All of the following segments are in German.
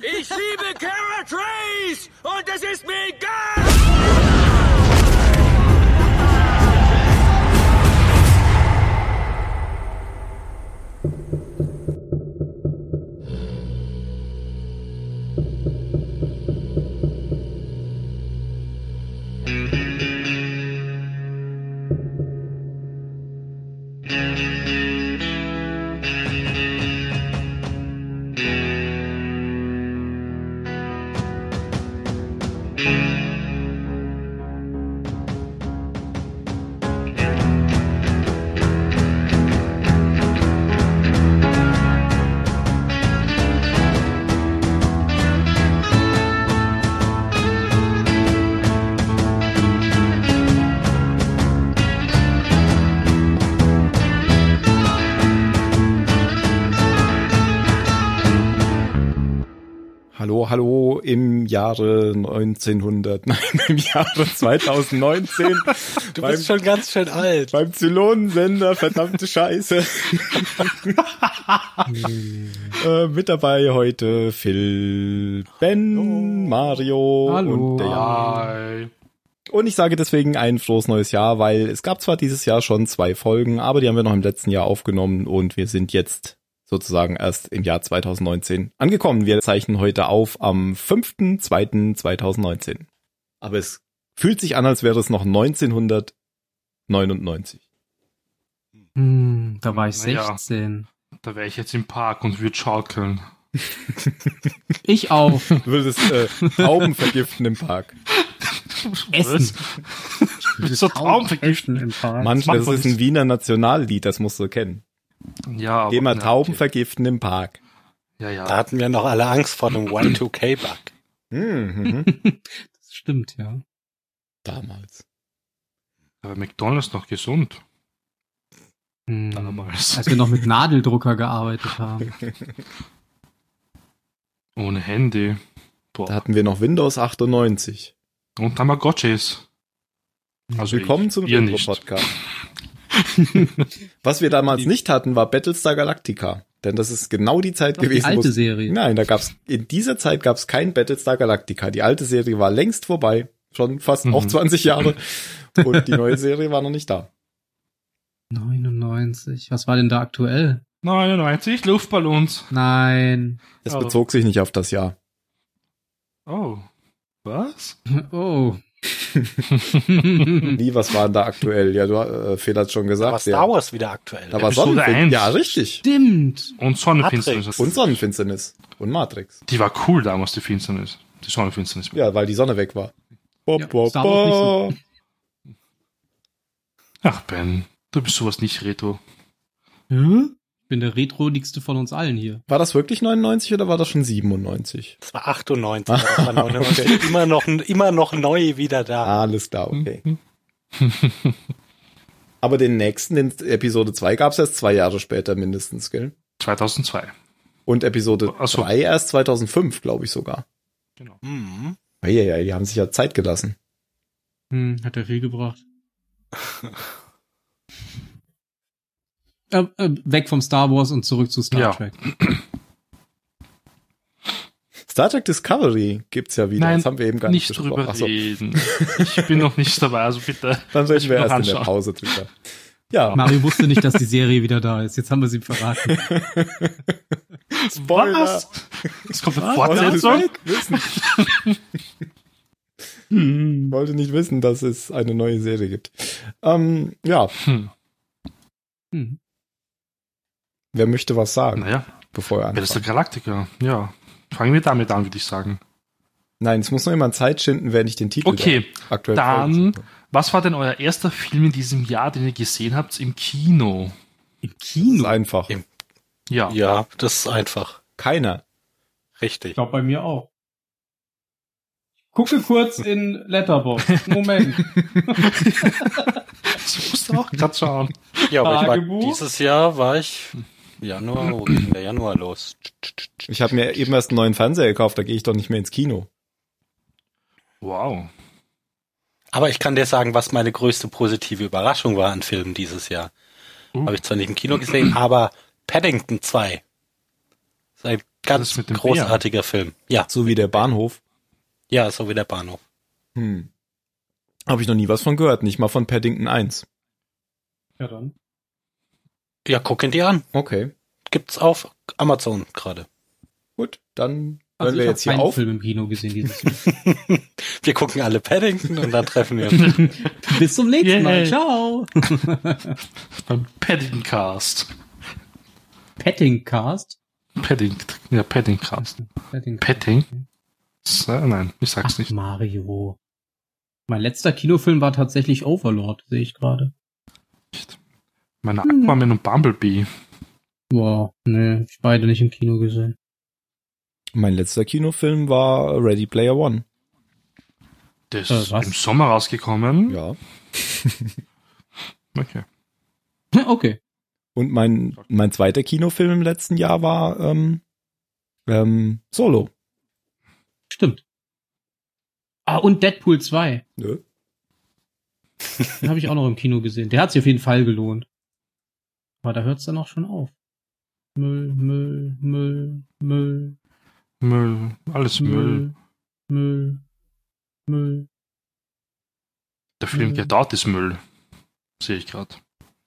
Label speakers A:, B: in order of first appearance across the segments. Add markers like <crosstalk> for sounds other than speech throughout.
A: liebe Kara Trace! Und es ist mir egal!
B: Hallo, hallo, im Jahre 1900, <laughs> nein, im Jahre 2019.
C: <laughs> Du
B: beim,
C: bist schon ganz schön alt.
B: beim Zylonensender,
C: <laughs>
B: verdammte Scheiße. äh, mit dabei heute Phil, Ben, Mario und der Jan.
C: Hi.
B: Und ich sage deswegen ein frohes neues Jahr, weil es gab zwar dieses Jahr schon zwei Folgen, aber die haben wir noch im letzten Jahr aufgenommen und wir sind jetzt sozusagen erst im Jahr 2019 angekommen. Wir zeichnen heute auf am 5.2.2019. Aber es fühlt sich an, als wäre es noch 1999.
D: Hm, da war ich
E: Naja.
D: 16.
E: Da wäre ich jetzt im Park und würde schaukeln.
D: Ich <laughs> auch.
B: Du würdest
E: <laughs>
B: äh, Tauben vergiften im Park.
D: Essen. <laughs>
E: So Traumvergiften.
D: Essen im Park.
B: Manch,
E: macht
B: das
E: man
B: ist ein
E: nicht.
B: Wiener Nationallied, das musst du kennen.
E: Ja, aber,
B: Thema
E: na,
B: Tauben
E: okay.
B: vergiften im Park.
E: Ja,
C: Da
E: ja.
C: hatten wir noch alle Angst vor dem Y2K-Bug.
B: Mhm, mhm.
D: Das stimmt, ja.
B: <laughs> Damals.
E: Aber McDonalds noch gesund. Also
D: Hm.
E: Damals.
D: Als wir noch mit Nadeldrucker gearbeitet haben.
E: Ohne Handy.
B: Da
E: Boah.
B: hatten wir noch Windows 98.
E: Und Tamagotchis. Also
B: Willkommen
E: ich,
B: zum
E: ihr
B: Retro
E: nicht. <laughs>
B: Podcast. Was wir damals nicht hatten, war Battlestar Galactica. Denn das ist genau die Zeit
D: Doch, die
B: <laughs> gewesen. wo
D: alte
B: es-
D: Serie.
B: Nein, da gab's in dieser Zeit gab's kein Battlestar Galactica. Die alte Serie war längst vorbei, schon fast
E: Mhm.
B: auch 20 Jahre.
E: <laughs>
B: Und die neue Serie war noch nicht da.
D: 99. Was war denn da aktuell?
E: 99 Luftballons.
D: Nein. <laughs>
B: Es
E: Oh.
B: bezog sich nicht auf das Jahr.
E: Oh. Was?
B: <laughs>
D: Oh.
E: Mhm.
B: Wie, was war denn da aktuell? Ja, du äh, Phil hat's schon
C: Da
B: gesagt.
C: war
B: ja.
C: Star Wars wieder aktuell.
B: Da war
E: Episode
B: Sonnenfinsternis.
E: eins.
B: Ja, richtig.
D: Stimmt.
E: Und Sonnenfinsternis.
B: Und Sonnenfinsternis. Und Matrix.
E: Die war cool damals, die Finsternis. Die Sonnenfinsternis.
B: Ja, weil die Sonne weg war. Bop,
D: Ja,
B: bop,
D: Star Wars
B: bop.
E: Ach, Ben. Du bist sowas nicht retro.
D: Hä? Ich bin der Retro-Dickste von uns allen hier.
B: War das wirklich 99 oder war das schon 97?
C: Das war 98. Das war <laughs> 99. immer, noch, immer noch neu wieder da.
B: Ah, Alles klar,
E: Hm.
B: okay. Aber den nächsten, den Episode 2, gab es erst zwei Jahre später mindestens, gell?
E: 2002.
B: Und Episode
E: Ach so.
B: 3 erst 2005, glaube ich sogar.
E: Genau.
C: Mhm.
B: Ja, ja, die haben sich ja Zeit gelassen.
D: Hm, hat er viel gebracht. äh, äh, weg vom Star Wars und zurück zu Star
E: Ja.
D: Trek.
B: Star Trek Discovery gibt's ja wieder.
E: Nein,
B: das haben wir eben gar nicht,
E: nicht
B: besprochen.
E: drüber
B: Achso,
E: reden. Ich bin noch nicht dabei, also
B: <laughs>
E: bitte.
B: dann reden wir
E: noch
B: erst in der
E: anschauen.
B: Pause drüber. Ja,
D: Mario wusste nicht, dass die Serie wieder da ist. Jetzt haben wir sie verraten.
B: Spoiler.
E: Was? Es kommt eine
B: Wollte
E: Fortsetzung?
B: nicht wissen.
D: <laughs> Hm.
B: wollte nicht wissen, dass es eine neue Serie gibt. Ähm, ja,
E: Hm.
D: Hm.
B: wer möchte was sagen,
E: Naja,
B: bevor er anfängt?
E: Battlestar Galactica. Ja. Fangen wir damit an, würde ich sagen.
B: Nein, es muss noch jemand Zeit schinden, während ich den Titel
E: Okay,
B: der aktuellen
E: dann-
B: Folge suche.
E: was war denn euer erster Film in diesem Jahr, den ihr gesehen habt im Kino?
D: Im
B: Das ist
D: Kino?
B: einfach.
C: Im-
E: Ja.
C: Ja, das ist einfach.
B: Keiner.
C: Richtig.
D: glaube bei mir auch. Gucke kurz in Letterboxd. Moment.
E: <laughs> Ich musste auch gerade schauen.
C: Ja, aber ich war,
D: Tagebuch?
C: dieses Jahr war ich Januar, wo ging der Januar los?
B: Ich habe mir eben erst einen neuen Fernseher gekauft, da gehe ich doch nicht mehr ins Kino.
E: Wow.
C: Aber ich kann dir sagen, was meine größte positive Überraschung war an Filmen dieses Jahr.
E: Uh.
C: Habe ich zwar nicht im Kino gesehen, aber Paddington 2. Das ist ein Ganz
E: ist mit dem
C: großartiger Film. Ja,
B: So wie der Bahnhof.
C: ja, so wie der Bahnhof.
B: Hm. Habe ich noch nie was von gehört, nicht mal von Paddington 1.
D: Ja, dann.
C: Ja, guck ihn dir an.
B: Okay,
C: Gibt's auf Amazon gerade.
B: gut, dann hören
D: Also
B: wir
D: ich
B: jetzt
D: habe
B: hier
D: einen
B: auf.
D: Film im Kino gesehen dieses Jahr.
C: Wir gucken alle Paddington und dann treffen
B: <laughs>
C: wir uns.
D: Bis zum nächsten Mal.
E: Yay.
D: Ciao.
E: Beim Paddingcast.
D: Pettingcast.
E: Padding, ja, Paddingcast.
D: Pettingcast.
E: Petting? Äh, nein, ich sag's
D: Ach,
E: nicht.
D: Mario. Mein letzter Kinofilm war tatsächlich Overlord, sehe ich gerade.
E: Meine Aquaman und Bumblebee.
D: Wow, nee, hab ich beide nicht im Kino gesehen. <laughs>
B: Mein letzter Kinofilm war Ready Player One.
E: Der ist
D: Äh, was?
E: im Sommer rausgekommen.
B: Ja.
E: Okay.
D: Okay.
B: Und mein, mein zweiter Kinofilm im letzten Jahr war ähm, ähm, Solo.
D: Stimmt. Ah, und Deadpool 2.
B: Nö.
D: Den habe ich auch noch im Kino gesehen. Der hat sich auf jeden Fall gelohnt. Aber da hört's dann auch schon auf. Müll, Müll, Müll, Müll,
E: Müll. Alles Müll.
D: Müll, Müll, Müll.
E: Der Film,
D: Müll.
E: der dort ist Müll. Sehe ich gerade.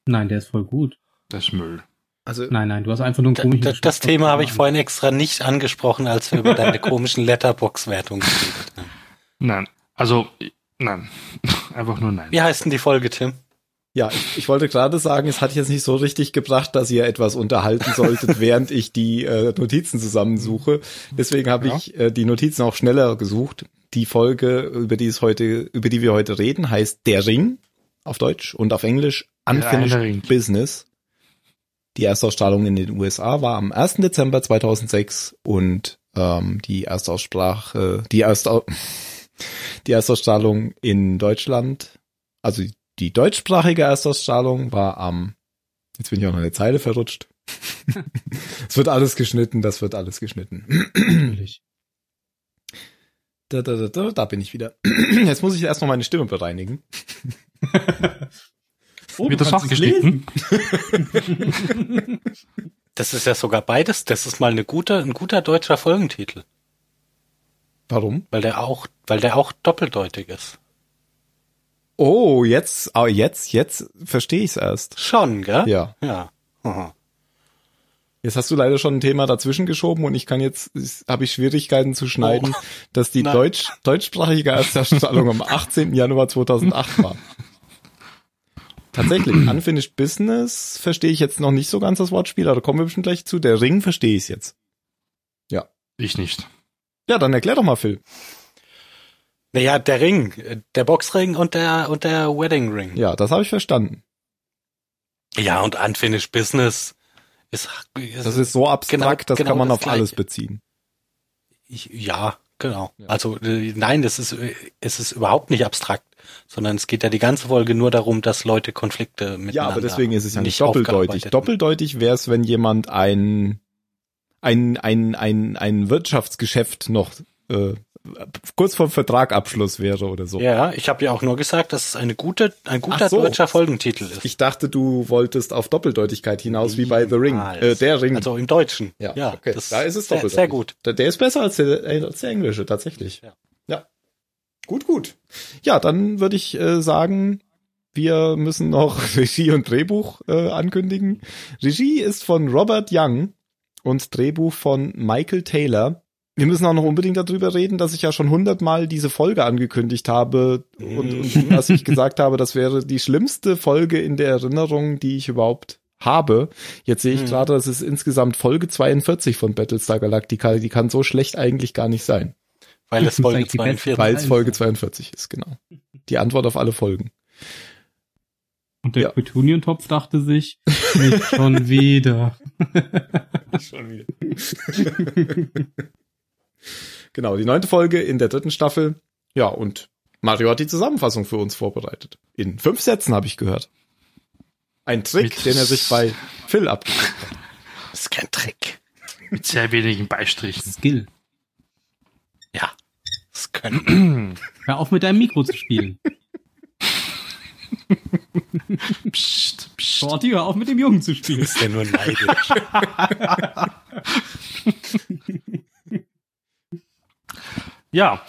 D: Nein, der ist voll gut.
E: Das ist Müll.
B: Also
D: Nein, nein, du hast einfach nur einen
C: Da,
D: komischen
C: da, das
D: Geschmack.
C: Thema habe ich
D: <clears throat>
C: vorhin extra nicht angesprochen, als
B: <laughs>
C: wir über deine komischen Letterbox-Wertungen geredet haben.
E: Nein. Also, ich- nein. <laughs> Einfach nur nein.
C: Wie heißt denn die Folge, Tim?
B: Ja, ich, ich wollte gerade sagen, es hat jetzt nicht so richtig gebracht, dass ihr etwas unterhalten
E: <laughs>
B: solltet, während ich die äh, Notizen zusammensuche. Deswegen habe
E: Ja.
B: ich äh, die Notizen auch schneller gesucht. Die Folge, über die es heute, über die wir heute reden, heißt Der Ring auf Deutsch und auf Englisch
E: Der
B: Unfinished
E: Ring.
B: Business. Die Erstausstrahlung in den USA war am 1. Dezember 2006 und ähm, die Erstaussprache, die, Erstau <laughs> die Erstausstrahlung in Deutschland, also die deutschsprachige Erstausstrahlung war am, jetzt bin ich auch noch eine Zeile verrutscht. es wird alles geschnitten, das wird alles geschnitten.
D: Natürlich.
B: da, da, da, da, da bin ich wieder. <clears throat> jetzt muss ich erst noch meine Stimme bereinigen.
D: Oh,
E: Wird das
D: kannst es
E: nachgeschnitten?
D: lesen.
C: Das ist ja sogar beides. Das ist mal eine gute, ein guter deutscher Folgentitel,
B: Warum?
C: weil der auch, weil der auch doppeldeutig ist.
B: Oh, jetzt, ah, jetzt, jetzt verstehe ich es erst.
C: Schon, gell?
B: Ja.
C: Ja. Aha.
B: Jetzt hast du leider schon ein Thema dazwischen geschoben und ich kann jetzt, habe ich Schwierigkeiten zu schneiden, dass die
C: Oh. Nein.
B: Deutsch, deutschsprachige
C: <laughs>
B: Erstausstrahlung am 18. Januar 2008 war.
C: <clears throat>
B: Tatsächlich, Unfinished Business verstehe ich jetzt noch nicht so ganz das Wortspiel, aber da kommen wir bestimmt gleich zu. Der Ring verstehe ich jetzt.
E: Ich nicht.
B: Ja, dann erklär doch mal, Phil.
C: Naja, der Ring, äh, der Boxring und der und der Wedding Ring.
B: Ja, das habe ich verstanden.
C: Ja, und Unfinished Business ist, ist,
B: Das ist so abstrakt, das
C: Also, genau
B: kann man
C: das
B: auf alles
C: Gleiche.
B: beziehen.
C: ich, ja, genau.
B: Ja.
C: Also äh, nein, das ist äh, es ist überhaupt nicht abstrakt, sondern es geht ja die ganze Folge nur darum, dass Leute Konflikte miteinander
B: Ja, aber deswegen ist es ja nicht
C: aufgearbeitet
B: doppeldeutig.
C: haben.
B: Doppeldeutig wäre es, wenn jemand ein, ein, ein, ein, ein Wirtschaftsgeschäft noch äh, kurz vorm Vertragabschluss wäre oder so.
C: Ja, ich habe ja auch nur gesagt, dass es eine gute, ein guter
B: Ach so.
C: deutscher Folgentitel ist.
B: Ich dachte, du wolltest auf Doppeldeutigkeit hinaus, wie bei The Ring.
C: Niemals.
B: Äh, der Ring.
C: Also im Deutschen.
B: ja, okay.
C: das-
B: da ist es
C: sehr,
B: doppeldeutig.
C: sehr gut.
B: Der, der ist besser als der, äh, als der englische, tatsächlich.
C: Ja.
B: ja. Gut, gut. Ja, dann würde ich äh, sagen, wir müssen noch <laughs> Regie und Drehbuch äh, ankündigen. Regie ist von Robert Young und Drehbuch von Michael Taylor. Wir müssen auch noch unbedingt darüber reden, dass ich ja schon hundertmal diese Folge angekündigt habe und, <laughs> und dass ich gesagt habe, das wäre die schlimmste Folge in der Erinnerung, die ich überhaupt habe. Jetzt sehe ich
C: Mhm.
B: gerade, das ist insgesamt Folge 42 von Battlestar Galactica. Die kann so schlecht eigentlich gar nicht sein,
C: Weil es
B: <laughs>
D: Das ist
C: Folge
D: eigentlich die beste
C: 42
B: weil es
D: Nein.
B: Folge 42 ist, genau. Die Antwort auf alle Folgen.
D: Und
B: Ja.
D: der Petunientopf dachte sich, nicht <laughs> schon wieder.
B: Schon wieder. genau, die neunte Folge in der dritten Staffel. Ja, und Mario hat die Zusammenfassung für uns vorbereitet. In fünf Sätzen habe ich gehört. Ein Trick,
E: Mit-
B: den er sich bei Phil ab.
C: ist kein Trick.
E: Mit sehr wenigen Beistrichen.
D: Skill.
C: Ja. Das können.
B: <clears throat>
D: Hör auf mit deinem Mikro zu spielen.
E: Psst,
D: <laughs>
E: psst.
D: Shorty, hör auf mit dem Jungen zu spielen.
C: Ist ja nur neidisch.
E: Ja.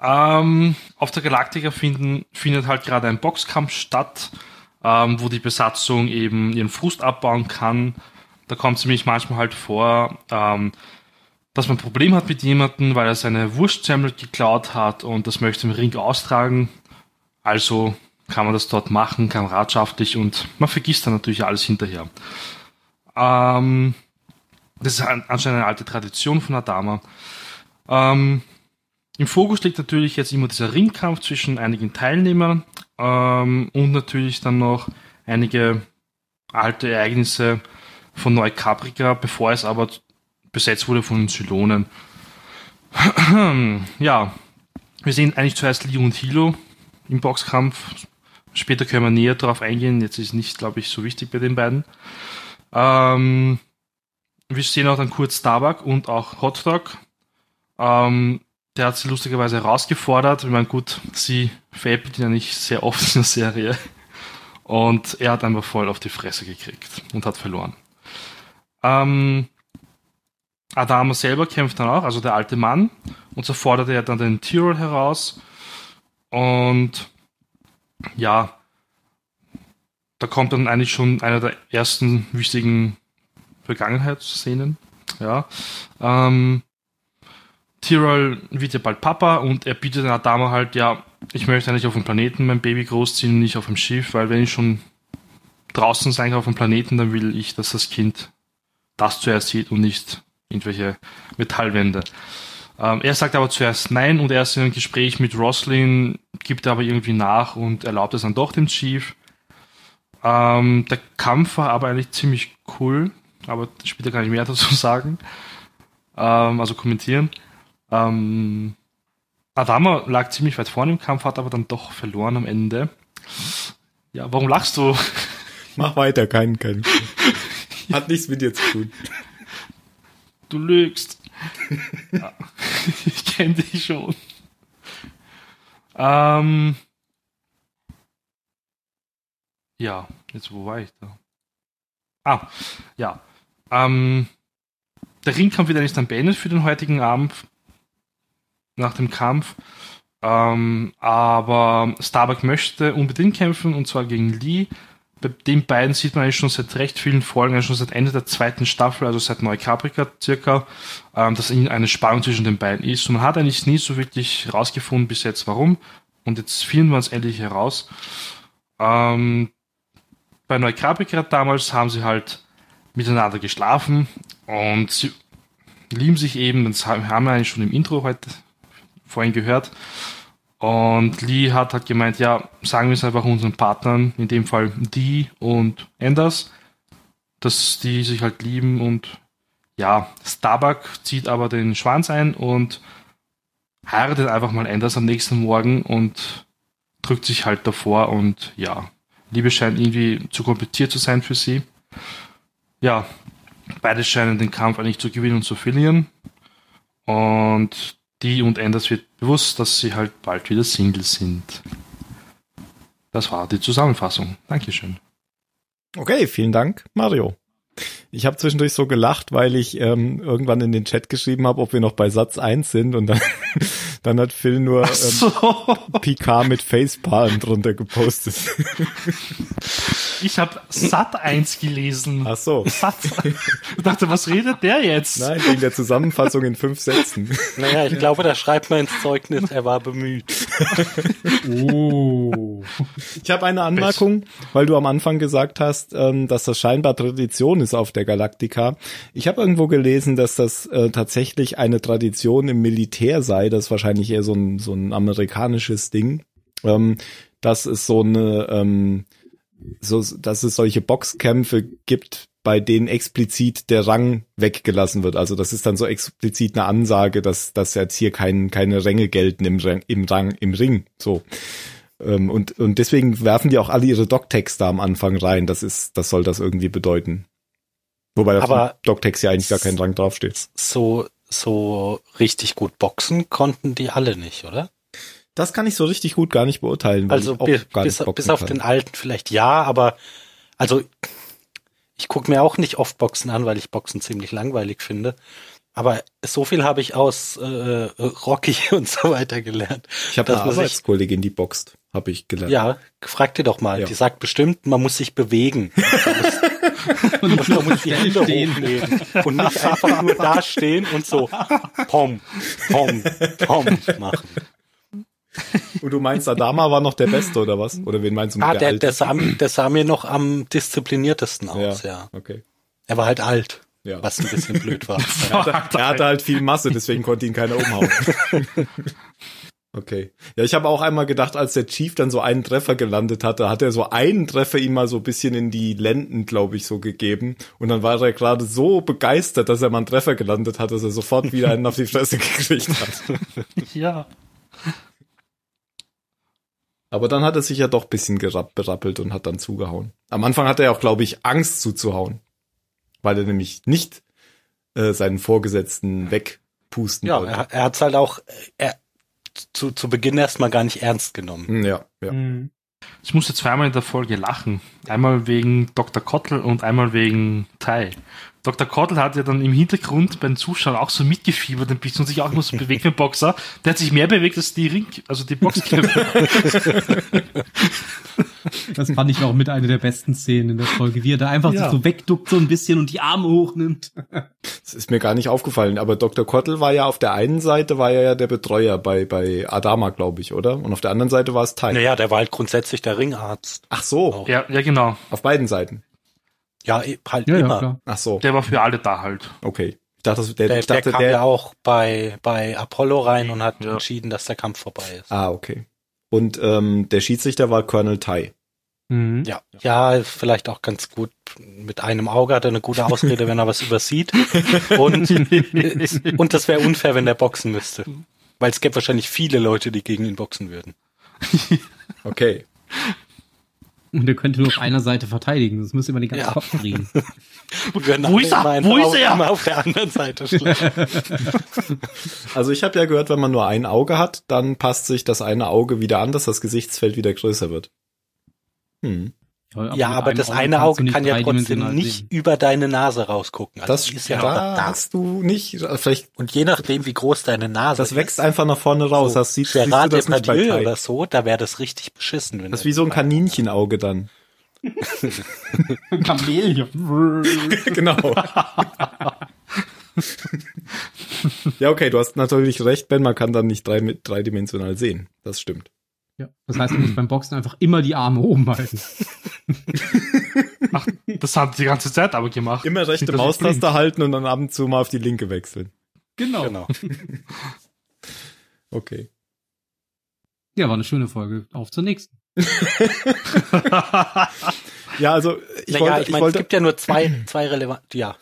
E: Ähm, auf der Galaktika finden, findet halt gerade ein Boxkampf statt, ähm, wo die Besatzung eben ihren Frust abbauen kann. Da kommt es nämlich manchmal halt vor, ähm, dass man ein Problem hat mit jemandem, weil er seine Wurstsemmel geklaut hat und das möchte im Ring austragen. Also kann man das dort machen, kameradschaftlich und man vergisst dann natürlich alles hinterher. Ähm, das ist an- anscheinend eine alte Tradition von Adama. Ähm, Im Fokus liegt natürlich jetzt immer dieser Ringkampf zwischen einigen Teilnehmern ähm, und natürlich dann noch einige alte Ereignisse von Neukaprika, bevor es aber besetzt wurde von den Zylonen. <clears throat> ja, wir sehen eigentlich zuerst Leo und Hilo im Boxkampf. Später können wir näher darauf eingehen. Jetzt ist nicht, glaube ich, so wichtig bei den beiden. Ähm, wir sehen auch dann kurz Starbuck und auch Hotdog. Ähm, der hat sie lustigerweise herausgefordert. Ich meine, gut, sie veräppelt ihn ja nicht sehr oft in der Serie. Und er hat einfach voll auf die Fresse gekriegt und hat verloren. Ähm, Adamo selber kämpft dann auch, also der alte Mann. Und so fordert er dann den Tyrol heraus. Und ja, da kommt dann eigentlich schon einer der ersten wichtigen Vergangenheitsszenen. Ja. Ähm, Tyrell wird ja bald Papa und er bietet einer Dame halt, ja, ich möchte eigentlich auf dem Planeten mein Baby großziehen und nicht auf dem Schiff, weil wenn ich schon draußen sein kann auf dem Planeten, dann will ich, dass das Kind das zuerst sieht und nicht irgendwelche Metallwände. Ähm, er sagt aber zuerst nein und erst in einem Gespräch mit Roslin gibt er aber irgendwie nach und erlaubt es dann doch dem Chief. Ähm, der Kampf war aber eigentlich ziemlich cool, aber später kann ich mehr dazu <laughs> sagen. Ähm, also kommentieren. Ähm, Adama lag ziemlich weit vorne im Kampf, hat aber dann doch verloren am Ende. Ja, warum lachst du?
B: Mach weiter, keinen, keinen. Hat nichts mit dir zu tun.
E: Du lügst. Ja. <laughs> ich kenne dich schon. Ähm, ja, jetzt wo war ich da? Ah, ja. Ähm, der Ringkampf wird eigentlich dann beendet für den heutigen Abend. Nach dem Kampf. Ähm, aber Starbuck möchte unbedingt kämpfen und zwar gegen Lee bei den beiden sieht man eigentlich schon seit recht vielen Folgen, eigentlich schon seit Ende der zweiten Staffel, also seit Neukaprika circa, ähm, dass irgendwie eine Spannung zwischen den beiden ist. Und man hat eigentlich nie so wirklich rausgefunden bis jetzt, warum. Und jetzt finden wir es endlich heraus. Ähm, bei Neukaprika damals haben sie halt miteinander geschlafen und sie lieben sich eben. Das haben haben wir eigentlich schon im Intro heute vorhin gehört. Und Lee hat halt gemeint, ja, sagen wir es einfach unseren Partnern, in dem Fall die und Anders, dass die sich halt lieben und ja, Starbuck zieht aber den Schwanz ein und heiratet einfach mal Anders am nächsten Morgen und drückt sich halt davor und ja, Liebe scheint irgendwie zu kompliziert zu sein für sie. Ja, beide scheinen den Kampf eigentlich zu gewinnen und zu verlieren. Und die und Anders wird bewusst, dass sie halt bald wieder Single sind. Das war die Zusammenfassung. Dankeschön.
B: Okay, vielen Dank, Mario. Ich habe zwischendurch so gelacht, weil ich ähm, irgendwann in den Chat geschrieben habe, ob wir noch bei Satz 1 sind und dann, <laughs> dann hat Phil nur ähm, PK mit Facepalm drunter gepostet.
E: ich habe Sat 1 gelesen.
B: Ach so.
E: <laughs> Sat. Ich dachte, was redet der jetzt?
B: Nein, wegen der Zusammenfassung in fünf Sätzen.
C: <laughs> Naja, ich glaube, da schreibt man ins Zeugnis, er war bemüht.
D: Oh.
B: Ich habe eine Anmerkung, weil du am Anfang gesagt hast, ähm, dass das scheinbar Tradition ist auf der Galaktika. Ich habe irgendwo gelesen, dass das äh, tatsächlich eine Tradition im Militär sei. Das ist wahrscheinlich eher so ein, so ein amerikanisches Ding. Ähm, dass es so eine, ähm, so, dass es solche Boxkämpfe gibt, bei denen explizit der Rang weggelassen wird. Also das ist dann so explizit eine Ansage, dass, dass jetzt hier kein, keine Ränge gelten im, Rang- im Rang, im Ring. So. Ähm, und, und deswegen werfen die auch alle ihre Doc-Tags da am Anfang rein. Das ist, das soll das irgendwie bedeuten. Wobei auf
C: Aber-
B: dem Doc-Tags ja eigentlich gar kein Rang draufsteht.
C: So, so richtig gut boxen konnten die alle nicht, oder?
B: Das kann ich so richtig gut gar nicht beurteilen. weil
C: Also
B: ich auch
C: bi-
B: gar
C: bis,
B: nicht boxen
C: bis auf
B: kann.
C: den alten vielleicht ja, aber also ich gucke mir auch nicht oft Boxen an, weil ich Boxen ziemlich langweilig finde. Aber so viel habe ich aus äh, Rocky <laughs> und so weiter gelernt.
B: Ich habe
C: Das
B: eine
C: muss ich-
B: Arbeitskollegin, die boxt, habe ich gelernt.
C: Ja, frag dir doch mal.
B: Ja.
C: Die sagt bestimmt, man muss sich
B: <laughs>
C: bewegen.
D: Und ich
C: Man muss die Hände
D: stehen.
C: hochnehmen und nicht einfach nur dastehen und so pom, pom, pom machen.
B: Und du meinst, Adama war noch der Beste oder was? Oder wen meinst du mit
C: Ah,
B: der,
C: der,
B: Alte?
C: der, sah, der sah mir noch am diszipliniertesten aus, ja.
B: Okay.
C: Er war halt alt,
B: Ja.
C: was ein bisschen blöd war.
E: also,
B: Er hatte halt viel Masse, deswegen konnte ihn keiner umhauen. Okay. Ja, ich habe auch einmal gedacht, als der Chief dann so einen Treffer gelandet hatte, hat er so einen Treffer ihm mal so ein bisschen in die Lenden, glaube ich, so gegeben. Und dann war er gerade so begeistert, dass er mal einen Treffer gelandet hat, dass er sofort wieder einen auf die Fresse gekriegt hat.
E: Ja.
B: Aber dann hat er sich ja doch ein bisschen gerapp- berappelt und hat dann zugehauen. Am Anfang hatte er auch, glaube ich, Angst zuzuhauen. Weil er nämlich nicht äh, seinen Vorgesetzten
C: <laughs>
B: wegpusten
C: Ja,
B: wollte.
C: er, er hat's halt auch äh, er, zu, zu Beginn erstmal gar nicht ernst genommen.
B: Hm, Ja, ja.
D: Mhm.
E: Ich musste zweimal in der Folge lachen. Einmal wegen Dr. Kottl und einmal wegen Tai. Dr. Kottl hat ja dann im Hintergrund beim Zuschauer auch so mitgefiebert ein bisschen und sich auch immer so bewegt mit Boxer. Der hat sich mehr bewegt als die Ring, also die <laughs> Boxkämpfe.
D: Das fand ich auch mit einer der besten Szenen in der Folge, wie er da einfach
E: Ja.
D: sich so wegduckt so ein bisschen und die Arme hochnimmt.
B: Das ist mir gar nicht aufgefallen. Aber Dr. Kottl war ja auf der einen Seite, war er ja der Betreuer bei, bei Adama, glaube ich, oder? Und auf der anderen Seite war es Tai.
C: Naja, der war halt grundsätzlich der Ringarzt.
B: Ach so,
C: Auch.
E: ja, ja, genau.
B: auf beiden Seiten.
C: Ja, eh, halt immer.
B: Ach so,
E: Der war für alle da halt.
B: okay. Ich dachte, das- der,
C: Der,
B: ich dachte,
C: der
B: der,
C: kam ja auch bei, bei Apollo rein und hat
E: Ja.
C: entschieden, dass der Kampf vorbei ist.
B: Ah, okay. Und ähm, der Schiedsrichter war Colonel Tai.
D: Mhm.
C: Ja. ja, vielleicht auch ganz gut. Mit einem Auge hat er eine gute Ausrede, wenn er was übersieht. Und,
E: <laughs>
C: und das wäre unfair, wenn der boxen müsste. Weil es gäbe wahrscheinlich viele Leute, die gegen ihn boxen würden.
B: Okay.
D: <laughs> Und er könnte nur auf einer Seite verteidigen, sonst müsste man den ganzen
C: Ja.
D: Kopf drehen.
C: Die würden
E: Wo ist
C: alle
E: er?
C: immer einen
E: Wo ist
C: Auge
E: er?
C: Immer auf der anderen Seite schlagen.
B: Also ich habe ja gehört, wenn man nur ein Auge hat, dann passt sich das eine Auge wieder an, dass das Gesichtsfeld wieder größer wird. Hm.
C: Ja,
D: mit
C: aber
D: einem
C: das eine
D: kannst du
C: Auge
D: nicht
C: kann ja trotzdem
D: dreidimensional
C: nicht
D: sehen.
C: über deine Nase rausgucken. Also
B: Das
C: die
B: ist
C: ist ja
B: da
C: aber da.
B: hast du nicht. äh, Vielleicht
C: Und je nachdem, wie groß deine Nase
B: das wächst einfach nach vorne raus.
C: Also so
B: das sieht, siehst du
C: Gerard
B: das nicht bei
C: Depardieu
B: Tai.
C: oder so, da wäre das richtig beschissen. Wenn
B: Das ist
C: der-
B: wie so ein
C: <laughs>
B: Kaninchenauge dann. <laughs>
D: Chamäleon.
B: genau. <laughs> ja, okay, du hast natürlich recht, Ben, man kann dann nicht drei, dreidimensional sehen. Das stimmt.
D: <laughs> Ja. Das heißt, du musst beim Boxen einfach immer die Arme oben halten.
E: Ach, das hat die ganze Zeit aber gemacht.
B: Immer rechte
E: Das ist
B: Maustaste halten und dann ab und zu mal auf die linke wechseln.
D: Genau.
C: Genau.
B: Okay.
D: Ja, war eine schöne Folge. Auf zur nächsten.
B: Ja, also
C: naja, ich
B: ich wollte, ich,
C: meine, es
B: wollte,
C: gibt ja nur zwei, zwei relevante, ja.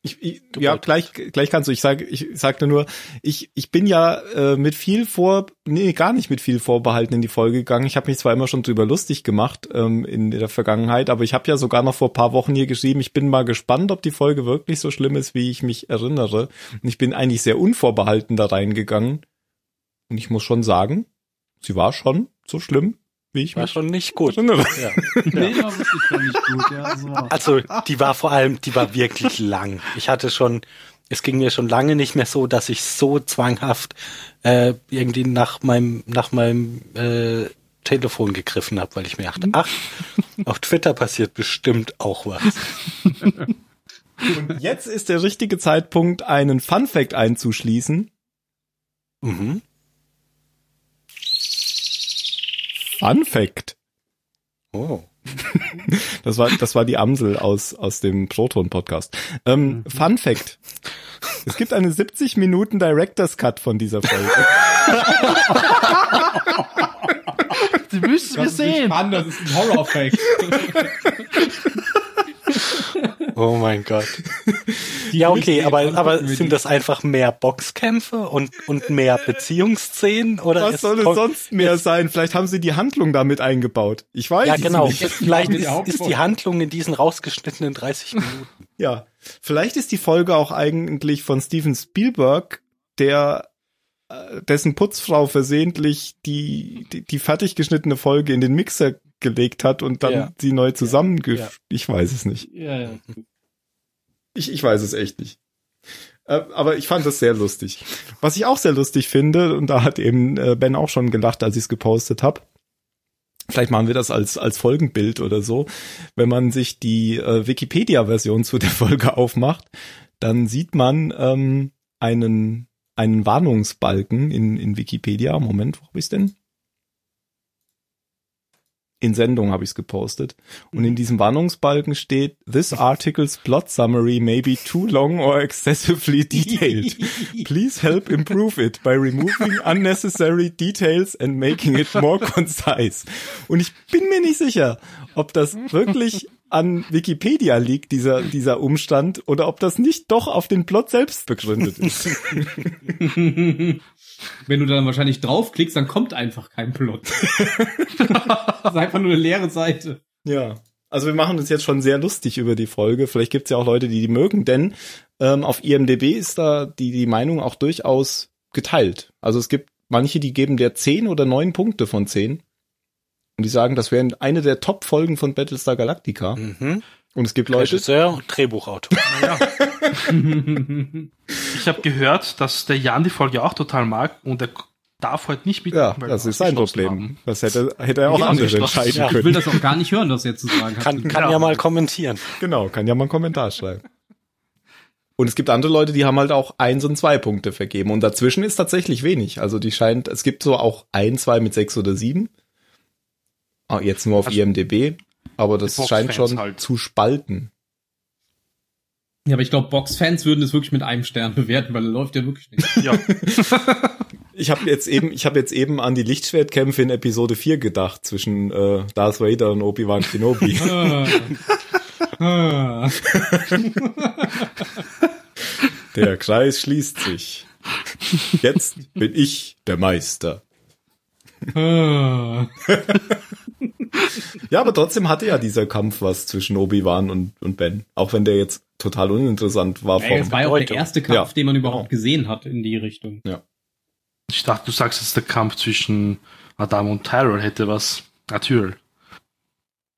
B: ich, ich,
C: du
B: ja,
C: wolltest.
B: gleich, gleich kannst du. Ich sage, ich sagte nur, ich, ich bin ja äh, mit viel vor, nee, gar nicht mit viel Vorbehalten in die Folge gegangen. Ich habe mich zwar immer schon drüber lustig gemacht ähm, in der Vergangenheit, aber ich habe ja sogar noch vor paar Wochen hier geschrieben, ich bin mal gespannt, ob die Folge wirklich so schlimm ist, wie ich mich erinnere. Und ich bin eigentlich sehr unvorbehalten da reingegangen. Und ich muss schon sagen, sie war schon so schlimm, wie ich
C: War
B: mich
C: schon nicht gut.
B: erinnere.
C: Ja.
D: Nee, ja. das ist schon nicht gut. Ja, so.
C: Also, die war vor allem, die war wirklich lang. Ich hatte schon, es ging mir schon lange nicht mehr so, dass ich so zwanghaft äh, irgendwie nach meinem, nach meinem äh, Telefon gegriffen habe, weil ich mir dachte, ach, auf Twitter passiert bestimmt auch was.
B: Und jetzt ist der richtige Zeitpunkt, einen Fun Fact einzuschließen.
C: Mhm.
B: Fun Fact.
C: Oh.
B: Das war, das war die Amsel aus, aus dem Proton-Podcast. Ähm,
C: Mhm.
B: Fun Fact. Es gibt eine 70 Minuten Director's Cut von dieser
C: <laughs>
B: Folge.
E: Die müssen wir sehen.
D: das ist ein Horror-Fact.
C: Oh mein Gott. ja, okay, aber, aber
D: gucken wir
C: sind
D: die.
C: das einfach mehr Boxkämpfe und, und mehr Beziehungsszenen? Oder
B: Was
C: ist-
B: soll es
C: kommt-
B: sonst mehr sein? Vielleicht haben sie die Handlung damit eingebaut. Ich weiß
C: Ja,
B: es
C: genau.
B: nicht.
C: Vielleicht
D: Die
C: ist, ist die
D: Hauptfolge.
C: Handlung in diesen rausgeschnittenen 30 Minuten.
B: Ja. Vielleicht ist die Folge auch eigentlich von Steven Spielberg, der äh, dessen Putzfrau versehentlich die, die, die fertig geschnittene Folge in den Mixer gelegt hat und dann
C: Ja.
B: sie neu zusammenge...
C: Ja.
B: Ich weiß es nicht.
D: Ja, ja.
B: Ich, ich weiß es echt nicht. Äh, aber ich fand das sehr lustig. Was ich auch sehr lustig finde, und da hat eben äh, Ben auch schon gelacht, als ich es gepostet habe. Vielleicht machen wir das als, als Folgenbild oder so. Wenn man sich die äh, Wikipedia-Version zu der Folge aufmacht, dann sieht man ähm, einen, einen Warnungsbalken in, in Wikipedia. Moment, wo habe ich denn? in Sendung habe ich es gepostet. Und in diesem Warnungsbalken steht, this article's plot summary may be too long or excessively detailed. Please help improve it by removing unnecessary details and making it more concise. Und ich bin mir nicht sicher, ob das wirklich an Wikipedia liegt, dieser, dieser Umstand, oder ob das nicht doch auf den Plot selbst begründet ist.
D: <laughs> Wenn du dann wahrscheinlich draufklickst, dann kommt einfach kein Plot. <laughs> das ist einfach nur eine leere Seite.
B: Ja. Also wir machen uns jetzt schon sehr lustig über die Folge. Vielleicht gibt's ja auch Leute, die die mögen, denn ähm, auf IMDB ist da die, die Meinung auch durchaus geteilt. Also es gibt manche, die geben der 10 oder 9 Punkte von 10. Und die sagen, das wären eine der Top-Folgen von Battlestar Galactica.
C: Mhm.
B: Und es gibt Leute,
C: Regisseur und Drehbuchautor.
E: Naja. ich habe gehört, dass der Jan die Folge auch total mag und er darf heute nicht mitmachen.
B: ja,
E: weil wir
B: das ist sein
E: ausgeschlossen
B: Problem.
E: haben.
B: Das hätte, hätte er auch
E: Ja,
B: andere
E: ausgeschlossen.
B: entscheiden
C: Ja, ich
D: Ich will
B: können.
D: das auch gar nicht hören, was er zu sagen hat.
C: Kann,
D: <laughs>
C: kann
E: Ja.
C: ja mal kommentieren.
B: Genau, kann ja mal einen Kommentar schreiben. Und es gibt andere Leute, die haben halt auch eins und zwei Punkte vergeben. Und dazwischen ist tatsächlich wenig. Also die scheint, es gibt so auch ein, zwei mit sechs oder sieben. Ah, jetzt nur auf
E: Also-
B: IMDB. Aber das
E: Die Box-Fans
B: scheint schon
E: halt.
B: zu spalten.
D: Ja, aber ich glaube, Box-Fans würden es wirklich mit einem Stern bewerten, weil er läuft ja wirklich nicht.
E: Ja,
B: Ich habe jetzt eben, ich habe jetzt eben an die Lichtschwertkämpfe in Episode 4 gedacht zwischen äh, Darth Vader und Obi-Wan
E: <laughs>
B: Kenobi.
D: Ah. Ah.
B: Der Kreis schließt sich. Jetzt bin ich der Meister.
D: Ah.
B: Ja, aber trotzdem hatte ja dieser Kampf was zwischen Obi-Wan und, und Ben. Auch wenn der jetzt total uninteressant war.
D: Ey,
B: Vom,
D: das war ja auch der
C: Bedeutung. Genau.
D: erste Kampf,
B: Ja.
D: den man überhaupt gesehen hat in die Richtung.
E: ich dachte, du sagst jetzt der Kampf zwischen Adam und Tyrell hätte was. Natürlich.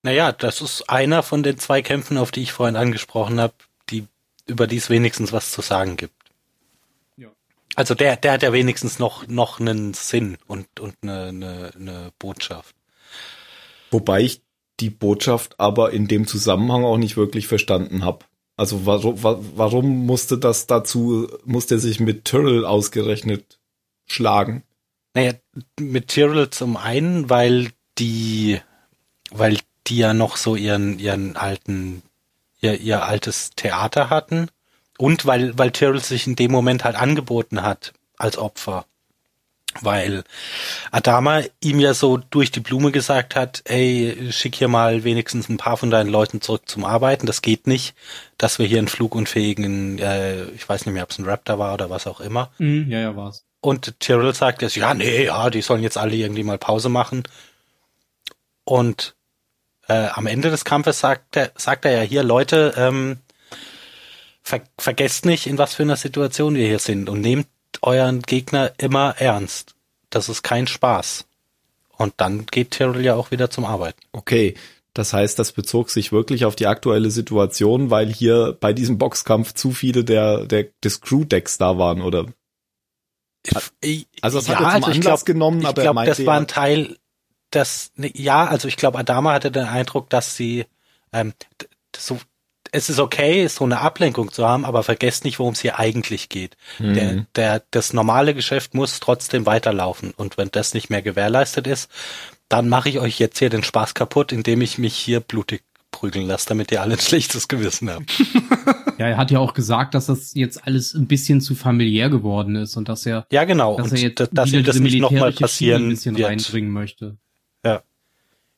C: Naja, das ist einer von den zwei Kämpfen, auf die ich vorhin angesprochen habe, die über die es wenigstens was zu sagen gibt.
D: Ja.
C: Also der, der hat ja wenigstens noch, noch einen Sinn und, und eine, eine, eine Botschaft.
B: wobei ich die Botschaft aber in dem Zusammenhang auch nicht wirklich verstanden habe. Also warum, wa- warum musste das dazu, musste er sich mit Tyrrell ausgerechnet schlagen?
C: Naja, Material zum einen, weil die, weil die ja noch so ihren, ihren alten, ihr, ihr altes Theater hatten und weil, weil Tyrrell sich in dem Moment halt angeboten hat als Opfer. Weil Adama ihm ja so durch die Blume gesagt hat, ey, schick hier mal wenigstens ein paar von deinen Leuten zurück zum Arbeiten. Das geht nicht, dass wir hier einen flugunfähigen, äh, ich weiß nicht mehr, ob es ein Raptor war oder was auch immer,
D: Mhm, ja, ja, war's.
C: und Tyrrell sagt jetzt, ja, nee, ja, die sollen jetzt alle irgendwie mal Pause machen. Und äh, am Ende des Kampfes sagt er, sagt er ja hier, Leute, ähm, ver vergesst nicht, in was für einer Situation wir hier sind und nehmt euren Gegner immer ernst. Das ist kein Spaß. Und dann geht Tyrrell ja auch wieder zum Arbeiten.
B: Okay, das heißt, das bezog sich wirklich auf die aktuelle Situation, weil hier bei diesem Boxkampf zu viele der, der, des Crew-Decks da waren, oder? Also das hat er zum
C: ich glaub-
B: Anlass genommen,
C: ich
B: aber er
C: glaube,
B: meinte
C: das war
B: ja-
C: ein Teil, das ne, ja, also ich glaube, Adama hatte den Eindruck, dass sie ähm, d- so, es ist okay, so eine Ablenkung zu haben, aber vergesst nicht, worum es hier eigentlich geht.
D: Mhm.
C: Der, der, das normale Geschäft muss trotzdem weiterlaufen und wenn das nicht mehr gewährleistet ist, dann mache ich euch jetzt hier den Spaß kaputt, indem ich mich hier blutig prügeln lasse, damit ihr alle ein <laughs> schlechtes Gewissen habt.
D: Ja, er hat ja auch gesagt, dass das jetzt alles ein bisschen zu familiär geworden ist und dass er,
C: Ja, genau.
D: dass
C: und
D: er jetzt
C: dass, dass
D: wieder
C: ihm das
D: diese
C: nicht nochmal
D: militärische Schiene ein
C: passieren
D: bisschen
C: wird.
D: reinbringen möchte.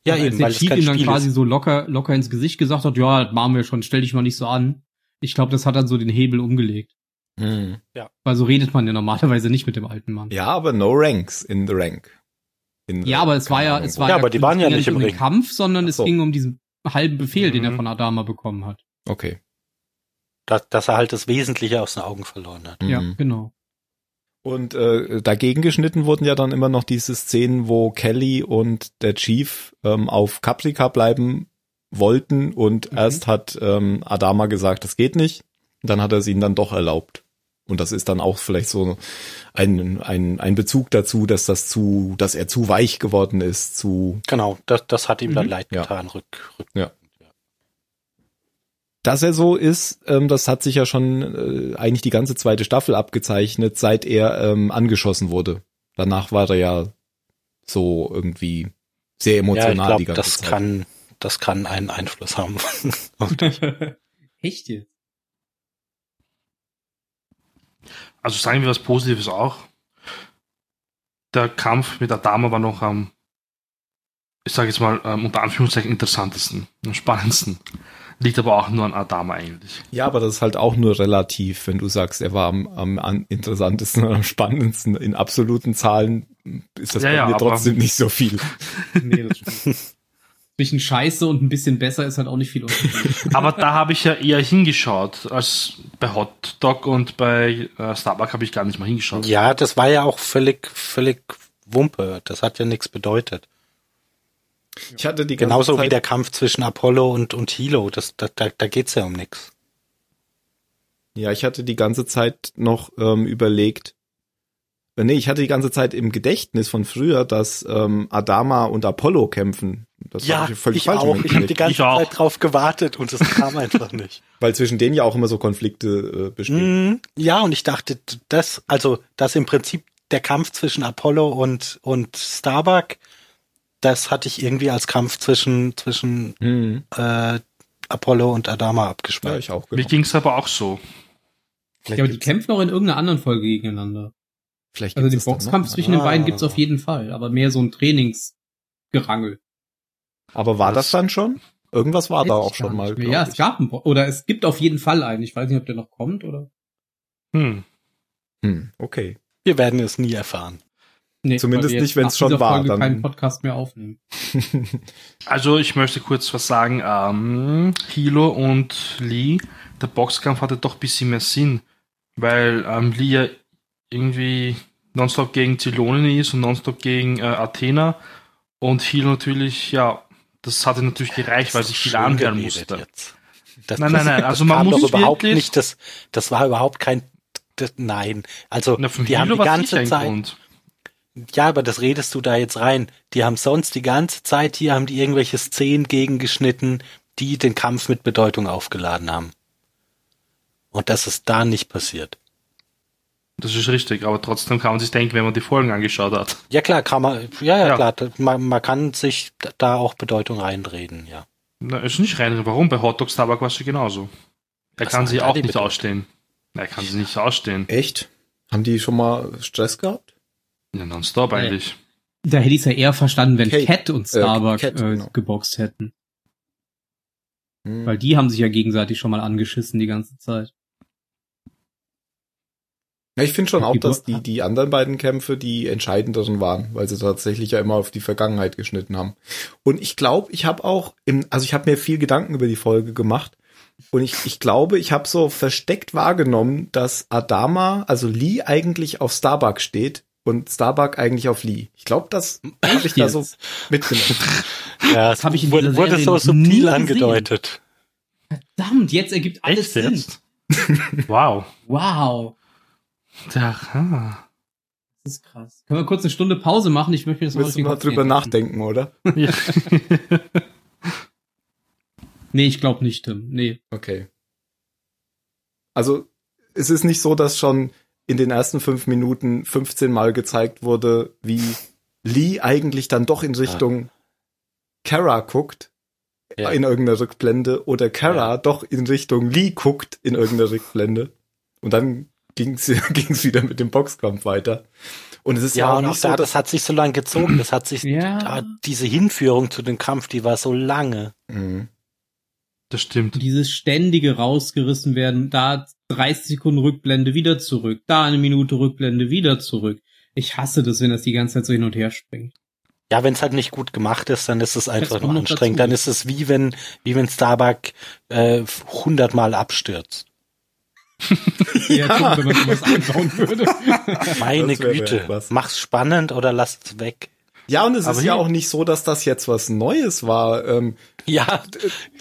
C: Ja,
D: Also
C: eben, weil
D: als
C: es
D: der Cheat
C: kein
D: ihm dann
C: Spiel ist.
D: quasi so locker, locker ins Gesicht gesagt hat, ja, das machen wir schon, stell dich mal nicht so an. Ich glaube, das hat dann so den Hebel umgelegt.
B: Mhm.
D: Weil so redet man ja normalerweise nicht mit dem alten Mann.
B: Ja, aber no ranks in the rank. In the
D: Ja, aber es war ja, es war
C: Ja, aber die waren
D: es
C: ja
D: ging
C: nicht im
D: um den
C: Ring.
D: Kampf, sondern
B: Ach
D: es
B: so.
D: ging um diesen halben Befehl, den er
E: Mhm.
D: von Adama bekommen hat.
B: Okay.
C: dass, dass er halt das Wesentliche aus den Augen verloren hat.
D: Ja,
B: Mhm.
D: genau.
B: Und äh, dagegen geschnitten wurden ja dann immer noch diese Szenen, wo Kelly und der Chief ähm, auf Caprica bleiben wollten und
D: Mhm.
B: erst hat ähm, Adama gesagt, das geht nicht. Dann hat er es ihnen dann doch erlaubt. Und das ist dann auch vielleicht so ein, ein, ein Bezug dazu, dass das zu, dass er zu weich geworden ist, zu.
C: Genau, das, das hat ihm dann
D: Mhm.
C: leid
B: Ja.
C: getan, rück, rück.
B: Ja. Dass er so ist, ähm, das hat sich ja schon äh, eigentlich die ganze zweite Staffel abgezeichnet, seit er ähm, angeschossen wurde. Danach war er ja so irgendwie sehr
C: Ja,
B: emotional
C: ich
B: die
C: glaube,
B: ganze
C: das
B: Zeit.
C: kann, das kann einen Einfluss haben. <laughs>
D: <laughs> Echt jetzt?
E: Also sagen wir was Positives auch. Der Kampf mit Adama war noch am, ich sage jetzt mal, ähm, unter Anführungszeichen interessantesten, am spannendsten. Liegt aber auch nur an Adama eigentlich.
B: Ja, aber das ist halt auch nur relativ, wenn du sagst, er war am, am an- interessantesten und am spannendsten. In absoluten Zahlen ist das
E: Ja,
B: bei
E: ja,
B: mir
E: aber-
B: trotzdem nicht so viel.
D: Nee, das stimmt.
B: <laughs>
D: Zwischen Scheiße und ein bisschen besser ist halt auch nicht viel Unterschied.
E: Aber da habe ich ja eher hingeschaut, als bei Hot Dog und bei äh, Starbuck habe ich gar nicht mal hingeschaut.
C: ja, das war ja auch völlig, völlig Wumpe. Das hat ja nichts bedeutet.
B: Ich hatte die ganze
C: Genauso
B: Zeit,
C: wie der Kampf zwischen Apollo und, und Hilo. Das, da, da, da geht's ja um nichts.
B: Ja, ich hatte die ganze Zeit noch ähm, überlegt. Äh, Nee, ich hatte die ganze Zeit im Gedächtnis von früher, dass ähm, Adama und Apollo kämpfen. Das
C: auch.
B: hab
C: Ich habe die
B: mitgekriegt,
C: ganze
E: Ich auch.
C: Zeit drauf gewartet und es kam einfach
B: <laughs>
C: nicht.
B: weil zwischen denen ja auch immer so Konflikte äh, bestehen.
C: Mhm. Ja, und ich dachte, das, also, dass im Prinzip der Kampf zwischen Apollo und, und Starbuck, das hatte ich irgendwie als Kampf zwischen, zwischen
B: Mhm.
C: äh, Apollo und Adama
B: Ja,
C: abgespeichert.
B: ich auch.
E: Mir
B: Genau.
E: ging es aber auch
D: ja,
E: so.
D: aber
B: Vielleicht
D: die
B: gibt's-
D: kämpfen auch in irgendeiner anderen Folge gegeneinander.
B: vielleicht
D: Also den
B: gibt's das dann
D: Boxkampf
B: noch.
D: zwischen den beiden
C: Ah.
D: gibt's auf jeden Fall, aber mehr so ein Trainingsgerangel.
B: Aber war das dann schon? Irgendwas war da
D: Weiß ich
B: auch schon
D: gar
B: mal.
D: nicht mehr.
B: glaub
D: Ja,
B: ich.
D: es gab einen, Bo- oder es gibt auf jeden Fall einen. Ich weiß nicht, ob der noch kommt oder.
E: Hm.
B: Hm, okay. <laughs>
C: Wir werden es nie erfahren.
D: Nee,
B: Zumindest
D: weil wir jetzt
B: nicht, wenn's
D: nach
B: schon
D: dieser
B: war,
D: Folge
B: dann-
D: keinen Podcast mehr aufnehmen.
E: Also ich möchte kurz was sagen. Ähm, Hilo und Lee, der Boxkampf hatte doch ein bisschen mehr Sinn, weil ähm, Lee ja irgendwie nonstop gegen Zylonini ist und nonstop gegen äh, Athena und Hilo natürlich, ja, das hatte natürlich gereicht, weil sich viel
C: Schön
E: anhören
C: geredet
E: musste.
C: jetzt. Das,
E: Nein,
C: <laughs>
E: nein, nein, also
C: das
E: man
C: kam
E: muss
C: doch überhaupt
E: wirklich-
C: nicht, das, das war überhaupt kein, das, nein. Also,
E: Na, für
C: die haben die
E: Hilo war es sicher
C: ganze
E: ein
C: Zeit,
E: Grund.
C: ja, aber das redest du da jetzt rein. Die haben sonst die ganze Zeit hier, haben die irgendwelche Szenen gegengeschnitten, die den Kampf mit Bedeutung aufgeladen haben. Und das ist da nicht passiert.
E: Das ist richtig, aber trotzdem kann man sich denken, wenn man die Folgen angeschaut hat.
C: Ja klar, kann man, ja, ja,
E: Ja.
C: klar, da- man, man kann sich da auch Bedeutung reinreden, ja.
E: Na, ist nicht rein. Warum? Bei Hot Dogs Tabak war es ja genauso. Er
C: Was
E: kann
C: hat
E: sie
C: da
E: auch
C: die
E: nicht
C: Bedeutung?
E: ausstehen. Er kann sie nicht ausstehen.
B: Echt? Haben die schon mal Stress gehabt?
E: Ja, nonstop
D: Nee.
E: eigentlich.
D: Da hätte ich es ja eher verstanden, wenn
B: Kate,
D: Cat und Starbuck äh,
B: Cat, genau.
D: geboxt hätten.
B: Hm.
D: Weil die haben sich ja gegenseitig schon mal angeschissen die ganze Zeit.
B: Ja, ich finde schon auch,
D: Die
B: dass
D: Dor-
B: die, die anderen beiden Kämpfe die entscheidenderen waren, weil sie tatsächlich ja immer auf die Vergangenheit geschnitten haben. Und ich glaube, ich habe auch, im, also ich habe mir viel Gedanken über die Folge gemacht und ich, ich glaube, ich habe so versteckt wahrgenommen, dass Adama, also Lee eigentlich auf Starbuck steht und Starbuck eigentlich auf Lee. Ich glaube, das habe ich da
D: Jetzt?
B: so
D: <laughs>
B: mitgenommen.
C: Ja,
D: hab ich in
C: wurde,
D: dieser
C: wurde
D: Serie
C: so
D: noch nie
C: subtil
D: gesehen.
C: angedeutet.
D: Verdammt, jetzt ergibt alles
E: Echt
D: Sinn.
E: jetzt? <laughs> wow.
D: Wow.
E: Der, ah.
D: Das ist krass. Können wir kurz eine Stunde Pause machen? Ich möchte mir das mal durch
B: Müssen
D: den
B: wir
D: Kopf gehen
B: drüber
D: lassen.
B: nachdenken, oder?
E: ja.
D: Nee, ich glaube nicht, Tim. Nee.
B: Okay. Also es ist nicht so, dass schon in den ersten fünf Minuten 15 Mal gezeigt wurde, wie Lee eigentlich dann doch in
C: Ah.
B: Richtung Kara guckt
C: Ja.
B: in irgendeiner Rückblende oder Kara doch in Richtung Lee guckt in irgendeiner Rückblende. Und dann ging <laughs> es wieder mit dem Boxkampf weiter. Und es ist ja,
C: Ja,
B: auch
C: und
B: nicht
C: auch
B: so,
C: da,
B: dass
C: das hat sich so lange gezogen, das hat sich,
D: Ja.
C: da, diese Hinführung zu dem Kampf, die war so lange.
B: <laughs> Mhm.
E: Das stimmt.
D: Dieses ständige rausgerissen werden, da 30 Sekunden Rückblende wieder zurück, da eine Minute Rückblende wieder zurück. Ich hasse das, wenn das die ganze Zeit so hin und
B: <laughs>
D: her springt.
C: Ja, wenn es halt nicht gut gemacht ist, dann ist es einfach
D: kommt
C: nur
D: noch
C: anstrengend.
D: dazu.
C: Dann ist es wie wenn, wie wenn Starbuck äh, 100 Mal abstürzt.
D: Eher dumm, wenn
B: <laughs>
D: man sowas einbauen würde.
C: Meine
B: Das wäre
C: Güte,
B: was.
C: mach's spannend oder lass es weg.
B: Ja, und es
E: Aber
B: ist ja
E: hier-
B: auch nicht so, dass das jetzt was Neues war. Ähm,
C: Ja,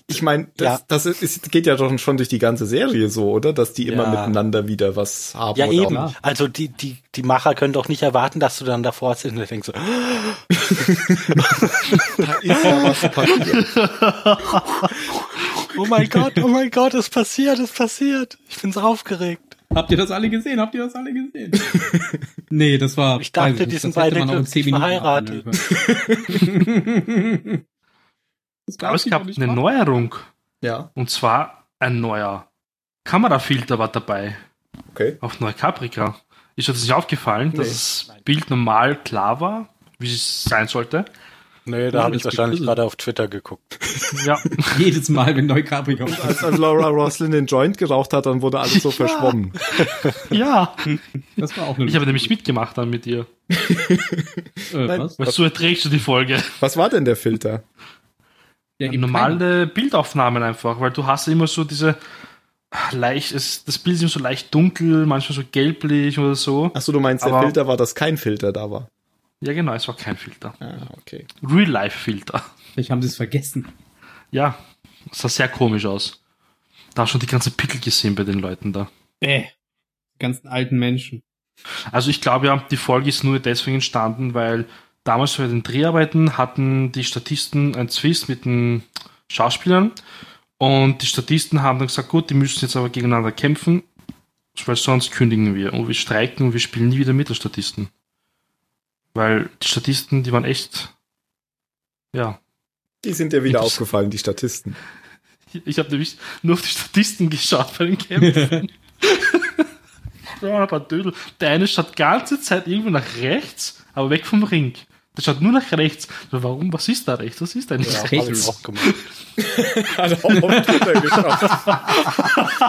B: Ich meine, das,
C: Ja.
B: das ist, ist- geht ja schon, schon durch die ganze Serie so, oder? Dass die immer
C: Ja.
B: miteinander wieder was haben.
C: Ja,
B: oder
C: eben.
B: Auch,
C: Also die, die, die Macher können doch nicht erwarten, dass du dann davor sitzt und denkst so, "Ah." <laughs>
B: da ist ja was passiert.
C: <laughs> oh mein Gott, oh mein Gott, es passiert, es passiert. Ich bin so aufgeregt.
D: Habt ihr das alle gesehen? Habt ihr das alle
E: <laughs>
D: gesehen? nee, das war.
C: Ich dachte,
D: weiß nicht,
C: die sind
D: das hätte
C: beide
D: man auch in zehn
C: glücklich
D: Minuten
C: verheiratet.
D: abhandeln können.
C: <laughs>
D: das
E: Aber es
D: ich
E: gab
D: doch nicht
E: eine
D: wahr.
E: Neuerung.
B: Ja,
E: Und zwar ein neuer Kamerafilter war dabei
B: okay.
E: auf Neu Caprica. Ist euch das nicht aufgefallen, dass
B: Nee.
E: das Bild normal klar war, wie es sein sollte?
C: Nee,
D: Mann,
C: da habe ich
D: ist
C: wahrscheinlich
D: geküsselt.
C: gerade auf Twitter geguckt.
E: Ja.
D: Jedes Mal, wenn Neukaprika
B: Als, als Laura Roslin den Joint geraucht hat, dann wurde alles so verschwommen.
E: <laughs> ja.
D: Das war auch eine.
E: Ich habe nämlich mitgemacht dann mit ihr.
D: äh,
B: Nein.
D: was?
E: Weil so erträgst du die Folge.
B: Was war denn der Filter?
D: Ja, eben keiner.
E: normale Bildaufnahmen einfach, weil du hast ja immer so diese leicht, es, das Bild ist immer so leicht dunkel, manchmal so gelblich oder so.
B: Ach so, du meinst, der
E: Aber-
B: Filter war, dass kein Filter da war.
E: Ja, genau, es war kein Filter.
B: Ah, okay.
E: Real-Life-Filter.
D: Vielleicht haben sie es vergessen.
E: Ja, das sah sehr komisch aus. Da hast du schon die ganzen Pickel gesehen bei den Leuten da.
D: Bäh. Die ganzen alten Menschen.
E: Also ich glaube ja, die Folge ist nur deswegen entstanden, weil damals bei den Dreharbeiten hatten die Statisten einen Zwist mit den Schauspielern und die Statisten haben dann gesagt, gut, die müssen jetzt aber gegeneinander kämpfen, weil sonst kündigen wir und wir streiken und wir spielen nie wieder mit als Statisten. Weil die Statisten, die waren echt, ja,
B: Die sind dir wieder
E: Ich-
B: aufgefallen, die Statisten.
E: ich habe nämlich nur auf die Statisten geschaut bei
B: <laughs>
E: den Kämpfen. Da waren ein paar Dödel. Der eine schaut ganze Zeit irgendwo nach rechts, aber weg vom Ring. Der schaut nur nach rechts. So, Warum? Was ist da rechts? Was ist da nicht?
C: Ja,
E: <laughs> rechts?
C: hab ich auch gemacht.
B: Hat auch auf Twitter geschaut.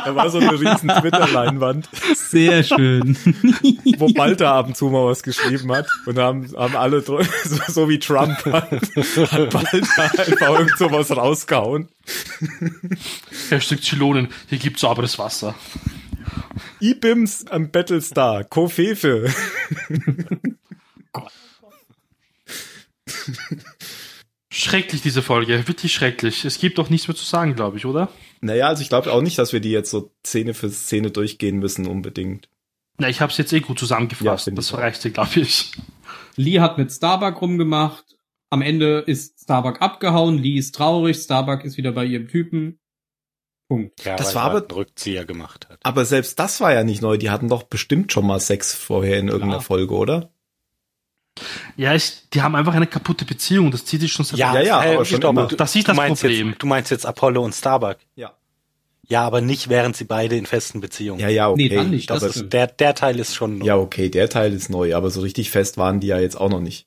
B: Da war so eine riesen Twitter-Leinwand,
D: <laughs> Sehr schön.
B: wo Balter ab und zu mal was geschrieben hat und haben, haben alle, dr- <laughs> so, so wie Trump, hat, hat Balter einfach irgend sowas rausgehauen.
E: Hashtag Zylonen. Hier gibt's sauberes Wasser.
B: Ibims am Battlestar, Kofefe.
E: Schrecklich, diese Folge. Wirklich schrecklich. Es gibt auch nichts mehr zu sagen, glaube ich, oder?
B: Naja, also ich glaube auch nicht, dass wir die jetzt so Szene für Szene durchgehen müssen unbedingt.
E: Na, ich habe es jetzt eh gut
B: Ja,
E: zusammengefasst.
B: finde
E: das
B: ich auch.
E: reicht dir, glaube ich.
D: Lee hat mit Starbuck rumgemacht. Am Ende ist Starbuck abgehauen. Lee ist traurig. Starbuck ist wieder bei ihrem Typen. Punkt.
C: Ja,
B: Das
C: weil
B: war
C: er
B: aber-
C: einen Rückzieher gemacht hat.
B: Aber selbst das war ja nicht neu. Die hatten doch bestimmt schon mal Sex vorher in irgendeiner
D: Klar.
B: Folge, oder?
E: Ja, ich, die haben einfach eine kaputte Beziehung. Das zieht sich schon seit
B: ja, ja,
C: äh,
B: aber schon
C: stopp,
B: immer.
C: du-
E: Das
C: du
E: ist das
C: meinst
E: Problem.
C: Jetzt, du meinst jetzt Apollo und Starbuck.
B: Ja.
C: Ja, aber nicht während sie beide in festen Beziehungen.
B: Ja, ja, okay.
D: Nee, dann nicht.
C: das
B: aber-
D: ist- stimmt.
C: ist, der, der Teil ist schon.
B: Ja, okay, der Teil ist neu, aber so richtig fest waren die ja jetzt auch noch nicht.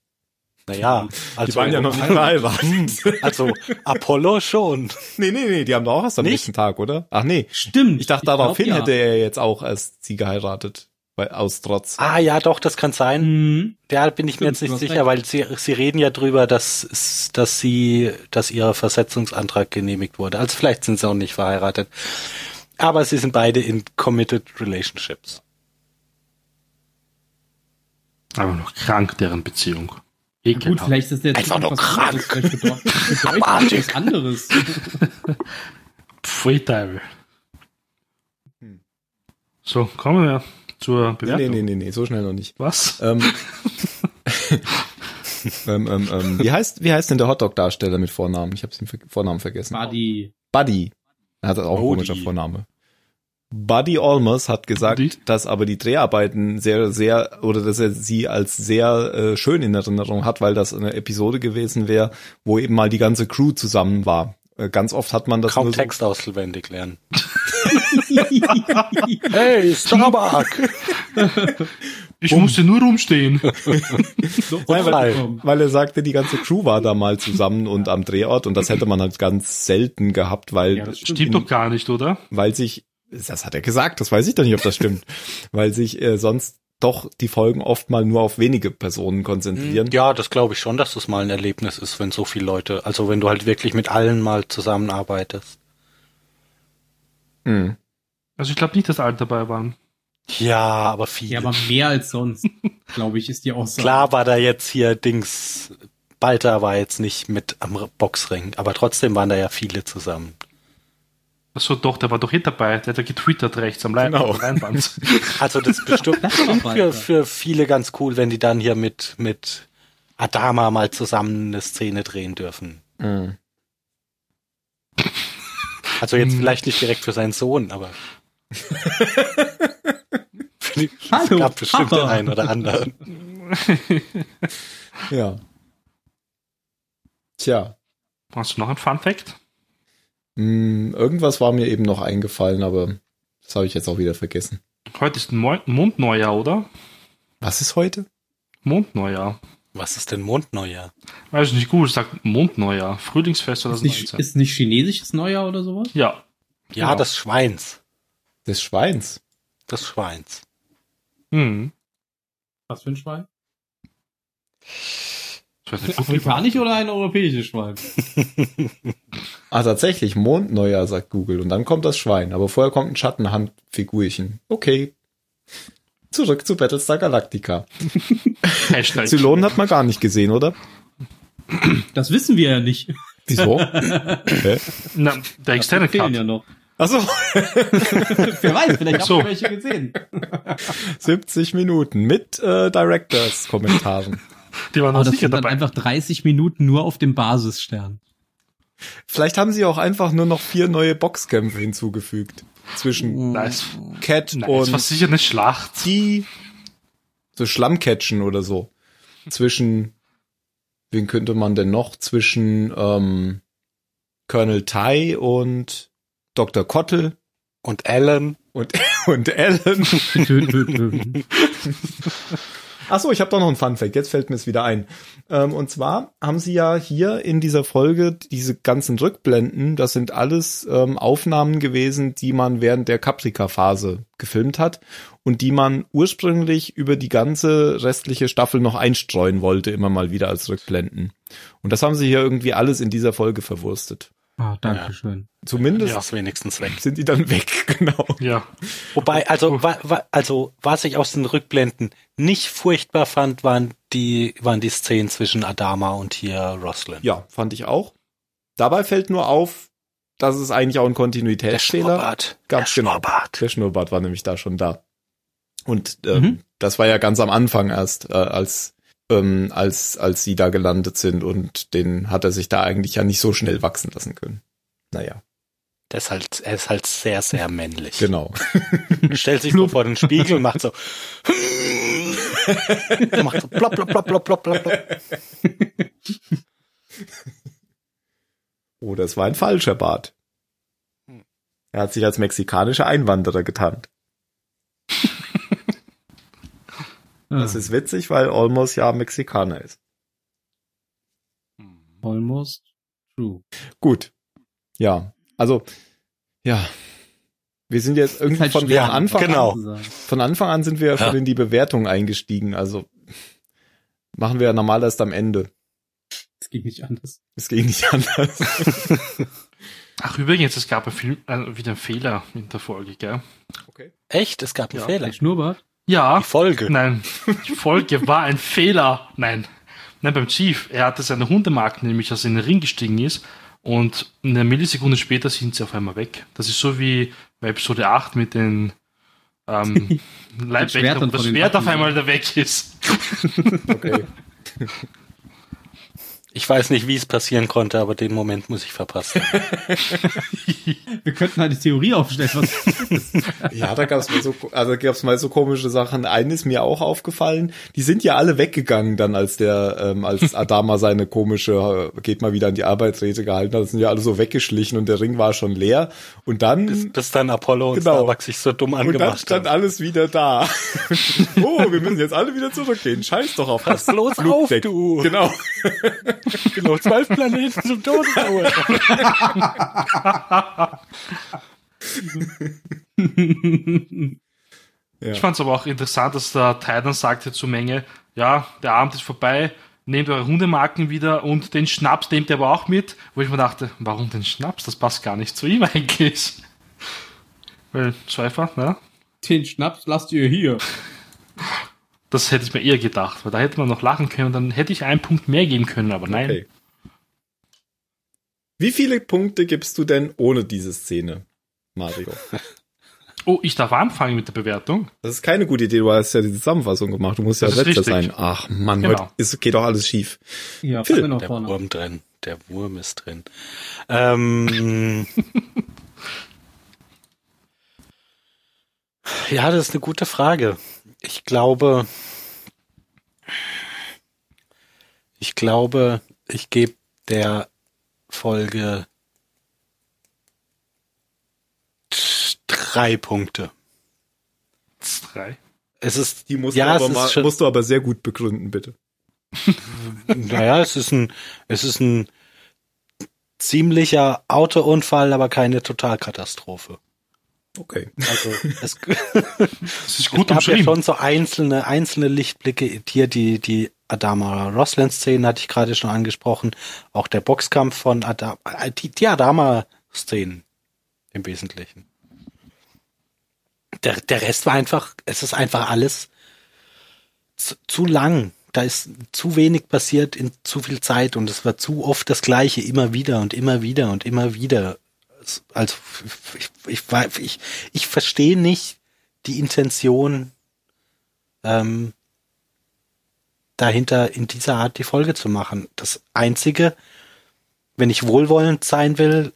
C: Naja, also,
B: die
C: <laughs>
B: waren ja noch nicht verheiratet.
C: also Apollo schon.
B: Hm. <laughs> nee, nee, nee, die haben doch auch erst am
C: Nicht?
B: nächsten Tag, oder? Ach nee,
D: Stimmt.
B: ich dachte, daraufhin
D: glaub,
B: hätte er jetzt auch erst sie geheiratet. Weil, aus Trotz.
C: Ah ja, doch, das kann sein.
D: Mhm.
C: Da bin ich mir
D: Stimmt,
C: jetzt nicht
D: du hast
C: sicher, weil sie, sie reden ja drüber, dass, es- dass sie, dass ihr Versetzungsantrag genehmigt wurde. Also vielleicht sind sie auch nicht verheiratet. Aber sie sind beide in committed relationships.
E: Aber noch krank, deren Beziehung.
D: Ja, gut,
E: Ekelhaft.
D: vielleicht ist der
C: Einfach
D: Typ
C: nur
D: was
C: krank.
D: anderes. Vielleicht bedeutet bedeutet
C: Abartig.
D: was anderes.
E: Pfui, Teufel. So, kommen wir zur
B: Hm. nee, nee,
E: Bewertung.
B: nee, nee, nee, so schnell noch nicht.
E: Was?
B: Ähm, ähm, ähm, ähm, wie heißt, wie heißt denn der Hotdog-Darsteller mit Vornamen? Ich habe den Ver Vornamen vergessen.
D: War die.
B: Buddy. Er hat auch ein
C: Buddy.
B: komischer Vorname. Buddy Olmos hat gesagt,
E: Buddy.
B: dass aber die Dreharbeiten sehr, sehr, oder dass er sie als sehr äh, schön in Erinnerung hat, weil das eine Episode gewesen wäre, wo eben mal die ganze Crew zusammen war. Äh, ganz oft hat man das
C: Kaum
B: nur so,
C: Text auswendig lernen. Hey, Starbuck!
E: Ich
B: Um.
E: musste nur
B: <laughs>
E: rumstehen.
B: Nein, weil,
D: Voll.
B: <laughs> weil er sagte, die ganze Crew war da mal zusammen und am Drehort und das hätte man halt ganz selten gehabt, weil
D: Ja, das stimmt.
E: Stimmt
B: genau.
E: doch gar nicht, oder?
B: weil sich, das hat er gesagt, das weiß ich doch nicht, ob das stimmt, weil sich äh, sonst doch die Folgen oft mal nur auf wenige Personen konzentrieren.
C: Ja, das glaube ich schon, dass das mal ein Erlebnis ist, wenn so viele Leute, also wenn du halt wirklich mit allen mal zusammenarbeitest.
B: Hm.
E: Also ich glaube nicht, dass alle dabei waren.
C: Ja, aber viel.
D: ja, aber mehr als sonst, glaube ich, ist die Aussage.
C: Klar war da jetzt hier Dings Balta war jetzt nicht mit am Boxring, aber trotzdem waren da ja viele zusammen.
E: Achso, doch, der war doch eh dabei. Der hat ja getwittert rechts am Lein-
B: Genau. <laughs>
E: am Leinband.
C: Also das ist bestimmt
F: <laughs> Das war
C: für,
F: Balta.
C: für viele ganz cool, wenn die dann hier mit, mit Adama mal zusammen eine Szene drehen dürfen.
B: Mhm.
C: Also jetzt
E: Hm.
C: vielleicht nicht direkt für seinen Sohn, <laughs> aber für die- es
F: Hallo,
C: gab bestimmt den
F: Papa.
C: einen oder anderen.
B: Ja. Tja.
E: Hast du noch ein Fun Fact?
B: Hm, irgendwas war mir eben noch eingefallen, aber das habe ich jetzt auch wieder vergessen.
E: Heute ist Mo- Mondneujahr, oder?
B: Was ist heute?
E: Mondneujahr.
C: Was ist denn Mondneujahr?
E: Weiß ich nicht gut, ich sag Mondneujahr. Frühlingsfest
D: Ist nicht,
E: 2019.
D: ist nicht chinesisches Neujahr oder sowas?
E: ja.
C: Ja,
B: Genau.
C: das Schweins.
B: Des Schweins.
C: Das Schweins.
E: Hm.
D: Was für ein Schwein?
E: Ich weiß
D: Ein
B: <laughs>
E: nicht,
D: afrikanisch oder ein europäisches Schwein?
B: Ah, tatsächlich, Mondneujahr, sagt Google. Und dann kommt das Schwein. Aber vorher kommt ein Schattenhandfigurchen. Okay. Zurück zu Battlestar Galactica.
E: Hashtag.
B: Zylon hat man gar nicht gesehen, oder?
D: Das wissen wir ja nicht.
B: Wieso? Hä?
E: Na, der externe
D: Die fehlen
E: Cut.
D: ja noch.
B: Achso,
D: <laughs> Wer weiß, vielleicht
E: Ach so.
D: habt ihr welche gesehen.
B: 70 Minuten mit äh, Directors-Kommentaren.
E: Die waren
D: Aber
E: auch
D: das
E: sicher
D: sind dann
E: dabei.
D: einfach 30 Minuten nur auf dem Basisstern.
B: <laughs> Vielleicht haben sie auch einfach nur noch vier neue Boxkämpfe hinzugefügt.
D: Uh,
B: Zwischen
E: Nice.
B: Cat
E: Nein, es war
B: und
E: sicher eine Schlacht.
B: die. So Schlammcatchen oder so. Zwischen. Wen könnte man denn noch? Zwischen ähm, Colonel Tai und Dr. Kottel <laughs>
C: Und Alan.
B: und, und Alan.
D: Tö, tö, tö.
B: Ach so, ich habe doch noch einen Fun Fact. Jetzt fällt mir es wieder ein. Ähm, und zwar haben sie ja hier in dieser Folge diese ganzen Rückblenden. Das sind alles ähm, Aufnahmen gewesen, die man während der Caprica-Phase gefilmt hat und die man ursprünglich über die ganze restliche Staffel noch einstreuen wollte, immer mal wieder als Rückblenden. Und das haben sie hier irgendwie alles in dieser Folge verwurstet.
D: Ah, Dankeschön.
B: Zumindest
C: Ja. Ist wenigstens weg.
B: sind die dann <laughs> weg, genau.
E: Ja.
B: Oh,
C: Wobei, also, wa, wa, also, was ich aus den Rückblenden nicht furchtbar fand, waren die, waren die Szenen zwischen Adama und hier Roslyn.
B: Ja, fand ich auch. Dabei fällt nur auf, dass es eigentlich auch ein
C: der ah,
B: Kontinuitätsfehler
C: Schnurrbart. Der
B: Ganz genau.
C: Schnurrbart.
B: Der Schnurrbart war nämlich da schon da. Und ähm,
D: Mhm.
B: das war ja ganz am Anfang erst, äh, als, ähm, als, als sie da gelandet sind und den hat er sich da eigentlich ja nicht so schnell wachsen lassen können. Naja,
C: Der ist halt, er ist halt sehr, sehr männlich.
D: <laughs>
B: genau.
C: <laughs> Stellt sich so vor den Spiegel und
B: <laughs>
C: macht so. <laughs> und macht so plopp, plopp, plopp, plopp, plopp, plopp, plopp.
B: Oder es war ein falscher Bart.
D: Hm.
B: Er hat sich als mexikanischer Einwanderer getarnt. Das
D: Ah,
B: ist witzig, weil Olmos ja Mexikaner ist.
D: almost true.
B: Gut. Ja, also, ja. Wir sind jetzt irgendwie
D: halt
B: von, von
D: schwer,
B: Anfang an
C: genau.
D: sozusagen.
B: Von Anfang an sind wir ja schon
C: Ja.
B: in die Bewertung eingestiegen, also machen wir ja normal erst am Ende.
D: Das ging nicht anders.
B: Es ging nicht <laughs> anders.
E: Ach, übrigens, es gab ein Film, äh, wieder einen Fehler in der Folge, gell?
C: Echt? Es gab einen
E: Ja,
C: Fehler.
D: Der Schnurrbart?
E: Ja.
C: Die Folge.
E: Nein, die Folge war ein Fehler. Nein. Nein, beim Chief. Er hatte seine Hundemarken, nämlich als er in den Ring gestiegen ist. Und eine Millisekunde später sind sie auf einmal weg. Das ist so wie bei Episode 8 mit den
D: <laughs>
E: ähm, Leibwächtern,
D: Schwertern
E: wo das
D: von den
E: Schwert auf
D: Waffen.
E: einmal da weg ist.
B: Okay.
C: Ich weiß nicht, wie es passieren konnte, aber den Moment muss ich
B: <laughs>
C: verpassen.
D: Wir könnten halt die Theorie aufstellen. Was
B: Ja, da gab's mal so, also gab's mal so komische Sachen. Eine ist mir auch aufgefallen. Die sind ja alle weggegangen dann, als der, ähm, als Adama seine komische, äh, geht mal wieder an die Arbeitsrede gehalten hat, sind ja alle so weggeschlichen und der Ring war schon leer. Und dann,
C: Bis, bis dann Apollo und
B: Genau.
C: Starbuck sich so dumm
B: und dann
C: angemacht
B: stand
C: haben.
B: alles
C: <laughs>
B: wieder da. oh, wir müssen jetzt alle wieder zurückgehen. Scheiß doch auf das.
C: Pass bloß auf,
B: Flugdeck.
C: du!
B: Genau.
C: <laughs> Genau, zwölf Planeten zum Tode <laughs> verurteilt.
B: Ja.
E: Ich fand es aber auch interessant, dass der Titan sagte zur Menge, ja, der Abend ist vorbei, nehmt eure Hundemarken wieder und den Schnaps nehmt ihr aber auch mit. Wo ich mir dachte, warum den Schnaps? Das passt gar nicht zu ihm <laughs> eigentlich. Weil Schweifer, ne?
D: den Schnaps lasst ihr hier.
E: Das hätte ich mir eher gedacht, weil da hätte man noch lachen können und dann hätte ich einen Punkt mehr geben können, aber nein.
B: Okay. Wie viele Punkte gibst du denn ohne diese Szene, Mario?
E: Oh, ich darf anfangen mit der Bewertung.
B: Das ist keine gute Idee, du hast ja die Zusammenfassung gemacht. Du musst ja
E: Das ist
B: letzter
E: richtig.
B: sein. Ach Mann,
E: Genau.
B: heute ist, geht doch alles schief.
D: Ja,
B: Phil,
D: fangen wir noch
C: Der
D: vorne. an.
C: Wurm drin. Der Wurm ist drin. Ähm, <laughs> ja, das ist eine gute Frage. Ich glaube, ich glaube, ich gebe der Folge drei Punkte.
E: Drei.
C: Es ist
B: Die musst,
C: Ja,
B: du,
C: es
B: aber
C: ist
B: mal,
C: schon-
B: musst du aber sehr gut begründen, bitte.
C: Naja, es ist ein, es ist ein ziemlicher Autounfall, aber keine Totalkatastrophe.
B: Okay.
C: Also es,
E: Das ist
C: es
E: gut
C: gab ja
E: umschrieben.
C: schon so einzelne, einzelne Lichtblicke. Hier die, die Adama Rossland Szene hatte ich gerade schon angesprochen. Auch der Boxkampf von Adama, die, die Adama Szenen im Wesentlichen. Der, der Rest war einfach, es ist einfach alles zu, zu lang. Da ist zu wenig passiert in zu viel Zeit und es war zu oft das Gleiche immer wieder und immer wieder und immer wieder. Es- Also ich, ich, ich, ich, ich verstehe nicht die Intention ähm, dahinter, in dieser Art die Folge zu machen. Das Einzige, wenn ich wohlwollend sein will,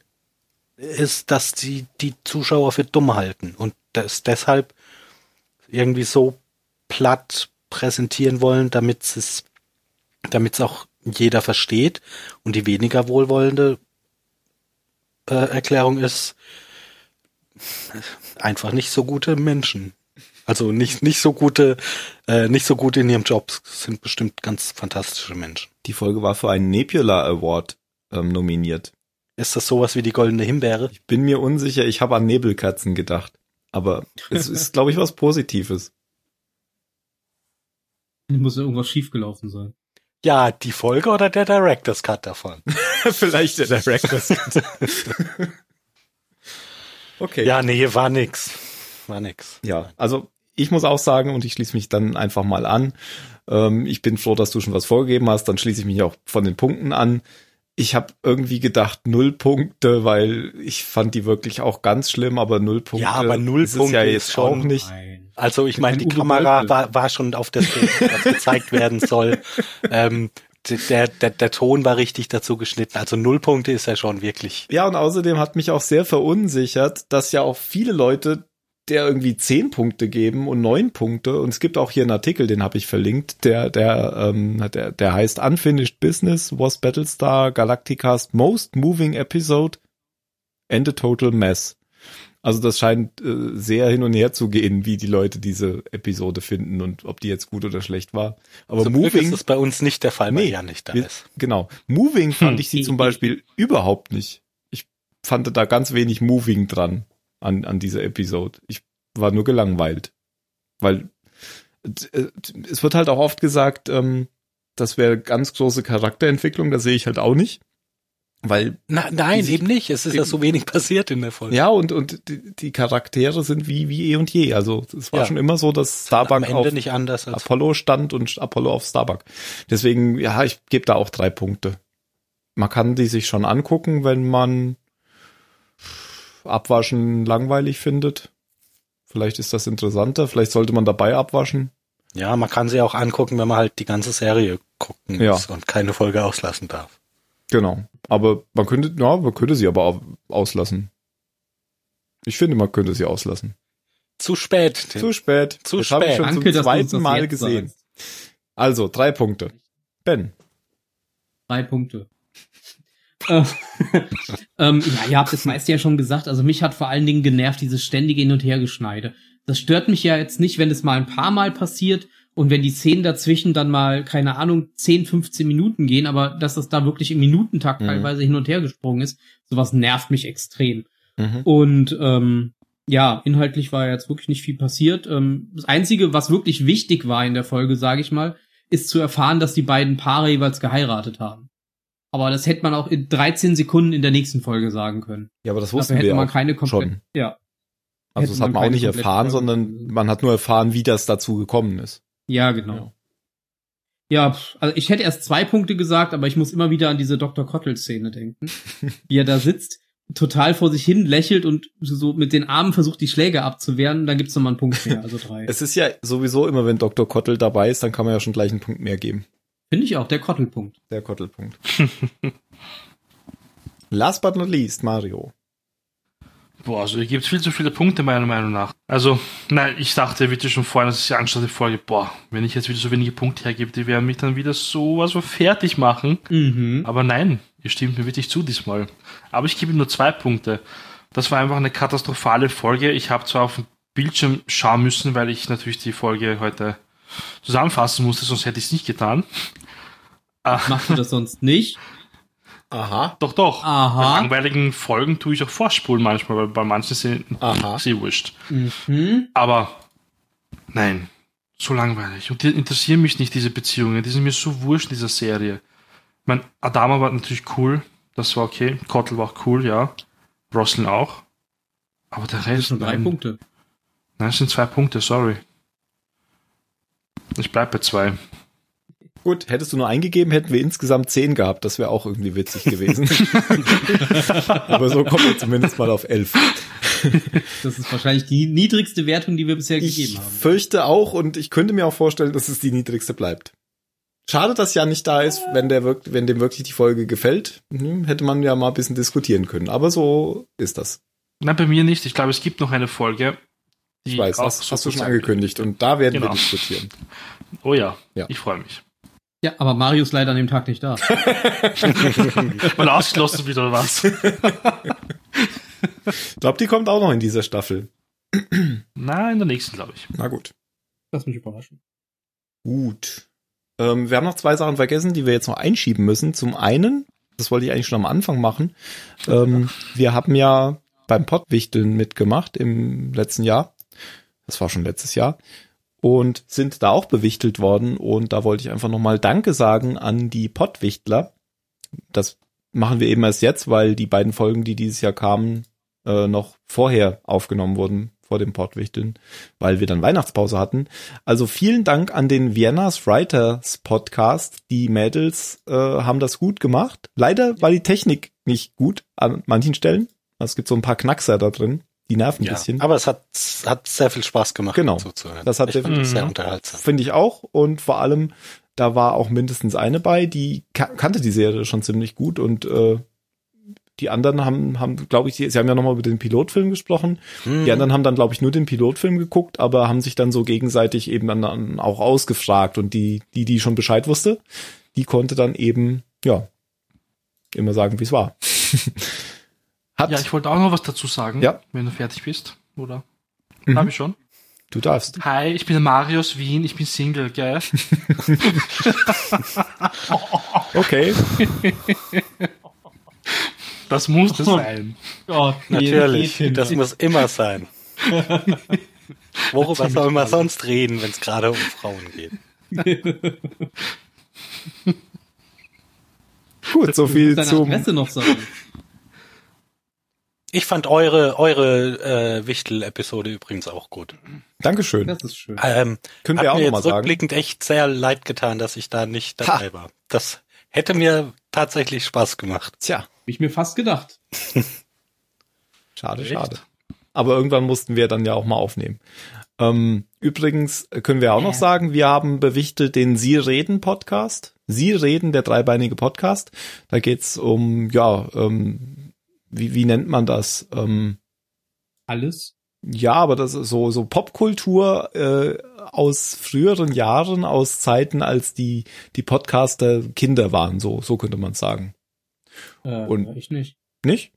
C: ist, dass die, die Zuschauer für dumm halten und das deshalb irgendwie so platt präsentieren wollen, damit es damit es auch jeder versteht und die weniger wohlwollende äh, Erklärung ist einfach nicht so gute Menschen. Also nicht nicht so gute äh, nicht so gute in ihrem Job Es sind bestimmt ganz fantastische Menschen.
B: Die Folge war für einen Nebula Award ähm, nominiert.
C: Ist das sowas wie die goldene Himbeere?
B: Ich bin mir unsicher, ich habe an Nebelkatzen gedacht. Aber es ist, glaube ich, was Positives.
D: Muss ja irgendwas schiefgelaufen sein.
C: Ja, die Folge oder der Director's Cut davon.
B: Vielleicht der Director's Cut. <laughs>
C: <laughs>
B: okay.
C: Ja, nee, war nix. War nix.
B: Ja, also ich muss auch sagen, und ich schließe mich dann einfach mal an. Ähm, ich bin froh, dass du schon was vorgegeben hast. Dann schließe ich mich auch von den Punkten an. Ich habe irgendwie gedacht, null Punkte, weil ich fand die wirklich auch ganz schlimm, aber null Punkte.
C: Ja, aber null
B: ist es
C: Punkte
B: ja
C: ist
B: jetzt
C: schon-
B: auch nicht.
D: Nein.
C: Also ich meine,
D: Ein
C: die
D: Uwe
C: Kamera
D: Boll-Film.
C: war, war schon auf der Szene, was gezeigt werden soll. Ähm, d- der, der, der Ton war richtig dazu geschnitten. Also Nullpunkte ist ja schon wirklich.
B: Ja, und außerdem hat mich auch sehr verunsichert, dass ja auch viele Leute der irgendwie zehn Punkte geben und neun Punkte. Und es gibt auch hier einen Artikel, den habe ich verlinkt, der, der, ähm, der, der heißt Unfinished Business was Battlestar Galactica's most moving episode and a total mess. Also das scheint äh, sehr hin und her zu gehen, wie die Leute diese Episode finden und ob die jetzt gut oder schlecht war. Aber
C: Zum Glück ist
B: moving,
C: es bei uns nicht der Fall, weil
B: Nee.
C: ja nicht da
B: Wir-
C: ist.
B: genau. Moving fand
E: Hm.
B: ich sie zum Beispiel überhaupt nicht. Ich fand da ganz wenig Moving dran an, an dieser Episode. Ich war nur gelangweilt. Weil äh, es wird halt auch oft gesagt, ähm, das wäre ganz große Charakterentwicklung, das sehe ich halt auch nicht. Weil,
C: Na, nein,
B: Die-
C: eben nicht. Es ist ja so wenig passiert in der Folge.
B: ja, und, und die, die Charaktere sind wie, wie eh und je. Also es war
C: Ja.
B: schon immer so, dass Starbuck
C: am Ende
B: auf
C: nicht anders als
B: Apollo stand und Apollo auf Starbuck. Deswegen, ja, ich gebe da auch drei Punkte. Man kann die sich schon angucken, wenn man Abwaschen langweilig findet. Vielleicht ist das interessanter. Vielleicht sollte man dabei abwaschen.
C: Ja, man kann sie auch angucken, wenn man halt die ganze Serie gucken
B: Ja.
C: muss und keine Folge auslassen darf.
B: Genau. Aber man könnte, ja, man könnte sie aber au- auslassen. Ich finde, man könnte sie auslassen.
C: Zu spät.
B: Zu spät.
C: Zu
B: das habe ich
C: spät.
B: schon
D: Danke,
B: zum
D: dass du uns
B: zweiten
D: das
B: Mal
D: jetzt
B: gesehen.
D: sagst.
B: Also, drei Punkte. Ben.
D: Drei Punkte. Äh, <laughs> ähm, ja, ihr habt das meiste ja schon gesagt. Also mich hat vor allen Dingen genervt dieses ständige Hin- und Hergeschneide. Das stört mich ja jetzt nicht, wenn es mal ein paar Mal passiert und wenn die Szenen dazwischen dann mal, keine Ahnung, 10, 15 Minuten gehen, aber dass das da wirklich im Minutentakt
B: Mhm.
D: teilweise hin und her gesprungen ist, sowas nervt mich extrem.
C: Mhm.
D: Und ähm, ja, inhaltlich war jetzt wirklich nicht viel passiert. Ähm, das Einzige, was wirklich wichtig war in der Folge, sage ich mal, ist zu erfahren, dass die beiden Paare jeweils geheiratet haben. Aber das hätte man auch in 13 Sekunden in der nächsten Folge sagen können.
B: Ja, aber das
D: Dafür
B: wussten
D: hätte
B: wir
D: man
B: auch
D: keine komplett.
B: schon.
D: Ja.
B: Also
D: Hätte
B: das hat
D: man
B: man auch
D: keine
B: nicht
D: komplette
B: erfahren,
D: Folge
B: sondern
D: gesehen.
B: man hat nur erfahren, wie das dazu gekommen ist.
D: Ja, genau. Ja, pf, also ich hätte erst zwei Punkte gesagt, aber ich muss immer wieder an diese Dr. Kottel-Szene
B: <laughs>
D: denken, wie er da sitzt, total vor sich hin lächelt und so mit den Armen versucht, die Schläge abzuwehren, dann gibt's nochmal einen Punkt mehr, also drei.
B: <laughs> Es ist ja sowieso immer, wenn Dr. Kottel dabei ist, dann kann man ja schon gleich einen Punkt mehr geben.
D: Finde ich auch, der Kottelpunkt.
B: Der
D: <laughs>
B: Kottelpunkt. Last but not least, Mario.
E: Boah, also hier gibt es viel zu viele Punkte meiner Meinung nach. Also, nein, ich dachte wirklich schon vorhin, als ich die anstatt die Folge, boah, wenn ich jetzt wieder so wenige Punkte hergebe, die werden mich dann wieder sowas von fertig machen.
D: <laughs> Mhm.
E: Aber nein, ihr stimmt mir wirklich zu diesmal. Aber ich gebe ihm nur zwei Punkte. Das war einfach eine katastrophale Folge. Ich habe zwar auf dem Bildschirm schauen müssen, weil ich natürlich die Folge heute zusammenfassen musste, sonst hätte ich es nicht getan.
D: Machst du das sonst nicht?
B: Aha,
E: Doch, doch.
D: Aha.
E: Bei langweiligen Folgen tue ich auch vorspulen manchmal, weil bei manchen sind
B: aha.
E: sie wurscht.
D: Mhm.
E: Aber nein, so langweilig. Und die interessieren mich nicht, diese Beziehungen. Die sind mir so wurscht, dieser Serie. Ich meine, Adama war natürlich cool. Das war okay. Kottel war auch cool, ja. Roslin auch. Aber der
D: Das sind
E: Rest.
D: schon drei
E: nein.
D: Punkte.
E: Nein, es sind zwei Punkte, sorry. Ich bleib bei zwei.
B: Gut, hättest du nur eingegeben, hätten wir insgesamt zehn gehabt. Das wäre auch irgendwie witzig
D: <laughs>
B: gewesen. <laughs> Aber so kommen wir zumindest mal auf elf.
D: Das ist wahrscheinlich die niedrigste Wertung, die wir bisher
B: Ich
D: gegeben haben. ne?
B: fürchte auch und ich könnte mir auch vorstellen, dass es die niedrigste bleibt. Schade, dass Jan nicht da ist, wenn, der wirkt, wenn dem wirklich die Folge gefällt. Hm, hätte man ja mal ein bisschen diskutieren können. Aber so ist das.
E: Nein, bei mir nicht. Ich glaube, es gibt noch eine Folge. Die
B: Ich weiß,
E: auch
B: das
E: so
B: hast du
E: gut
B: schon
E: sein
B: angekündigt. Und da werden
E: Genau.
B: wir diskutieren.
E: wird. Oh ja,
B: Ja.
E: ich freue mich.
D: Ja, aber Mario ist leider an dem Tag nicht da.
E: Mal ausgeschlossen wieder
B: <laughs>
E: oder was?
B: Ich glaube, die kommt auch noch in dieser Staffel.
E: Nein, in der nächsten, glaube ich.
B: Na gut.
D: Lass mich überraschen.
B: Gut. Ähm, wir haben noch zwei Sachen vergessen, die wir jetzt noch einschieben müssen. Zum einen, das wollte ich eigentlich schon am Anfang machen, ähm, wir haben ja beim Pottwichteln mitgemacht im letzten Jahr. Das war schon letztes Jahr. Und sind da auch bewichtelt worden. Und da wollte ich einfach nochmal Danke sagen an die Pottwichtler. Das machen wir eben erst jetzt, weil die beiden Folgen, die dieses Jahr kamen, äh, noch vorher aufgenommen wurden, vor dem Pottwichteln, weil wir dann Weihnachtspause hatten. Also vielen Dank an den Vienna's Writers Podcast. Die Mädels äh, haben das gut gemacht. Leider war die Technik nicht gut an manchen Stellen. Es gibt so ein paar Knackser da drin. Die nerven ein
C: Ja,
B: bisschen.
C: aber es hat, hat sehr viel Spaß gemacht,
B: Genau.
C: zuzuhören.
B: Das hat
C: ich
B: sehr
C: fand das
E: viel-
C: sehr
E: Mhm.
C: unterhaltsam.
B: Finde ich auch. Und vor allem, da war auch mindestens eine bei, die ka kannte die Serie schon ziemlich gut und äh, die anderen haben, haben glaube ich, die, sie haben ja nochmal über den Pilotfilm gesprochen. Die anderen haben dann, glaube ich, nur den Pilotfilm geguckt, aber haben sich dann so gegenseitig eben dann, dann auch ausgefragt. Und die, die, die schon Bescheid wusste, die konnte dann eben, ja, immer sagen, wie es war. <laughs> Hat,
E: Ja, ich wollte auch noch was dazu sagen,
B: Ja.
E: wenn du fertig bist, oder?
B: Mhm.
E: Hab ich schon.
B: du darfst.
E: Hi, ich bin der Marius Wien, ich bin Single, gell?
B: Okay.
E: Das muss das sein.
D: <laughs> Oh,
C: Natürlich, das muss immer
B: <laughs>
C: sein. Worüber soll man sonst reden, wenn es gerade um Frauen geht?
B: Gut, so viel
D: Deine
B: zum.
D: Adresse noch sagen.
C: Ich fand eure, eure äh, Wichtel-Episode übrigens auch gut.
B: Dankeschön.
D: Das ist schön.
C: Ähm,
B: Können
C: hat
B: wir auch
C: mir
B: nochmal
C: jetzt
B: sagen.
C: rückblickend echt sehr leid getan, dass ich da nicht dabei war. Das hätte mir tatsächlich Spaß gemacht.
B: Tja,
D: Hab ich mir fast gedacht.
B: schade,
E: Echt?
B: schade. Aber irgendwann mussten wir dann ja auch mal aufnehmen. Ähm, übrigens können wir auch noch sagen, wir haben bewichtelt den Sie reden Podcast. Sie reden, der dreibeinige Podcast. Da geht's um, ja, ähm, wie, wie nennt man das? Ähm,
D: Alles?
B: ja, aber das ist so, so Popkultur äh, aus früheren Jahren, aus Zeiten, als die, die Podcaster Kinder waren, so, so könnte man sagen.
D: Äh,
B: Und-
D: ich nicht.
B: Nicht?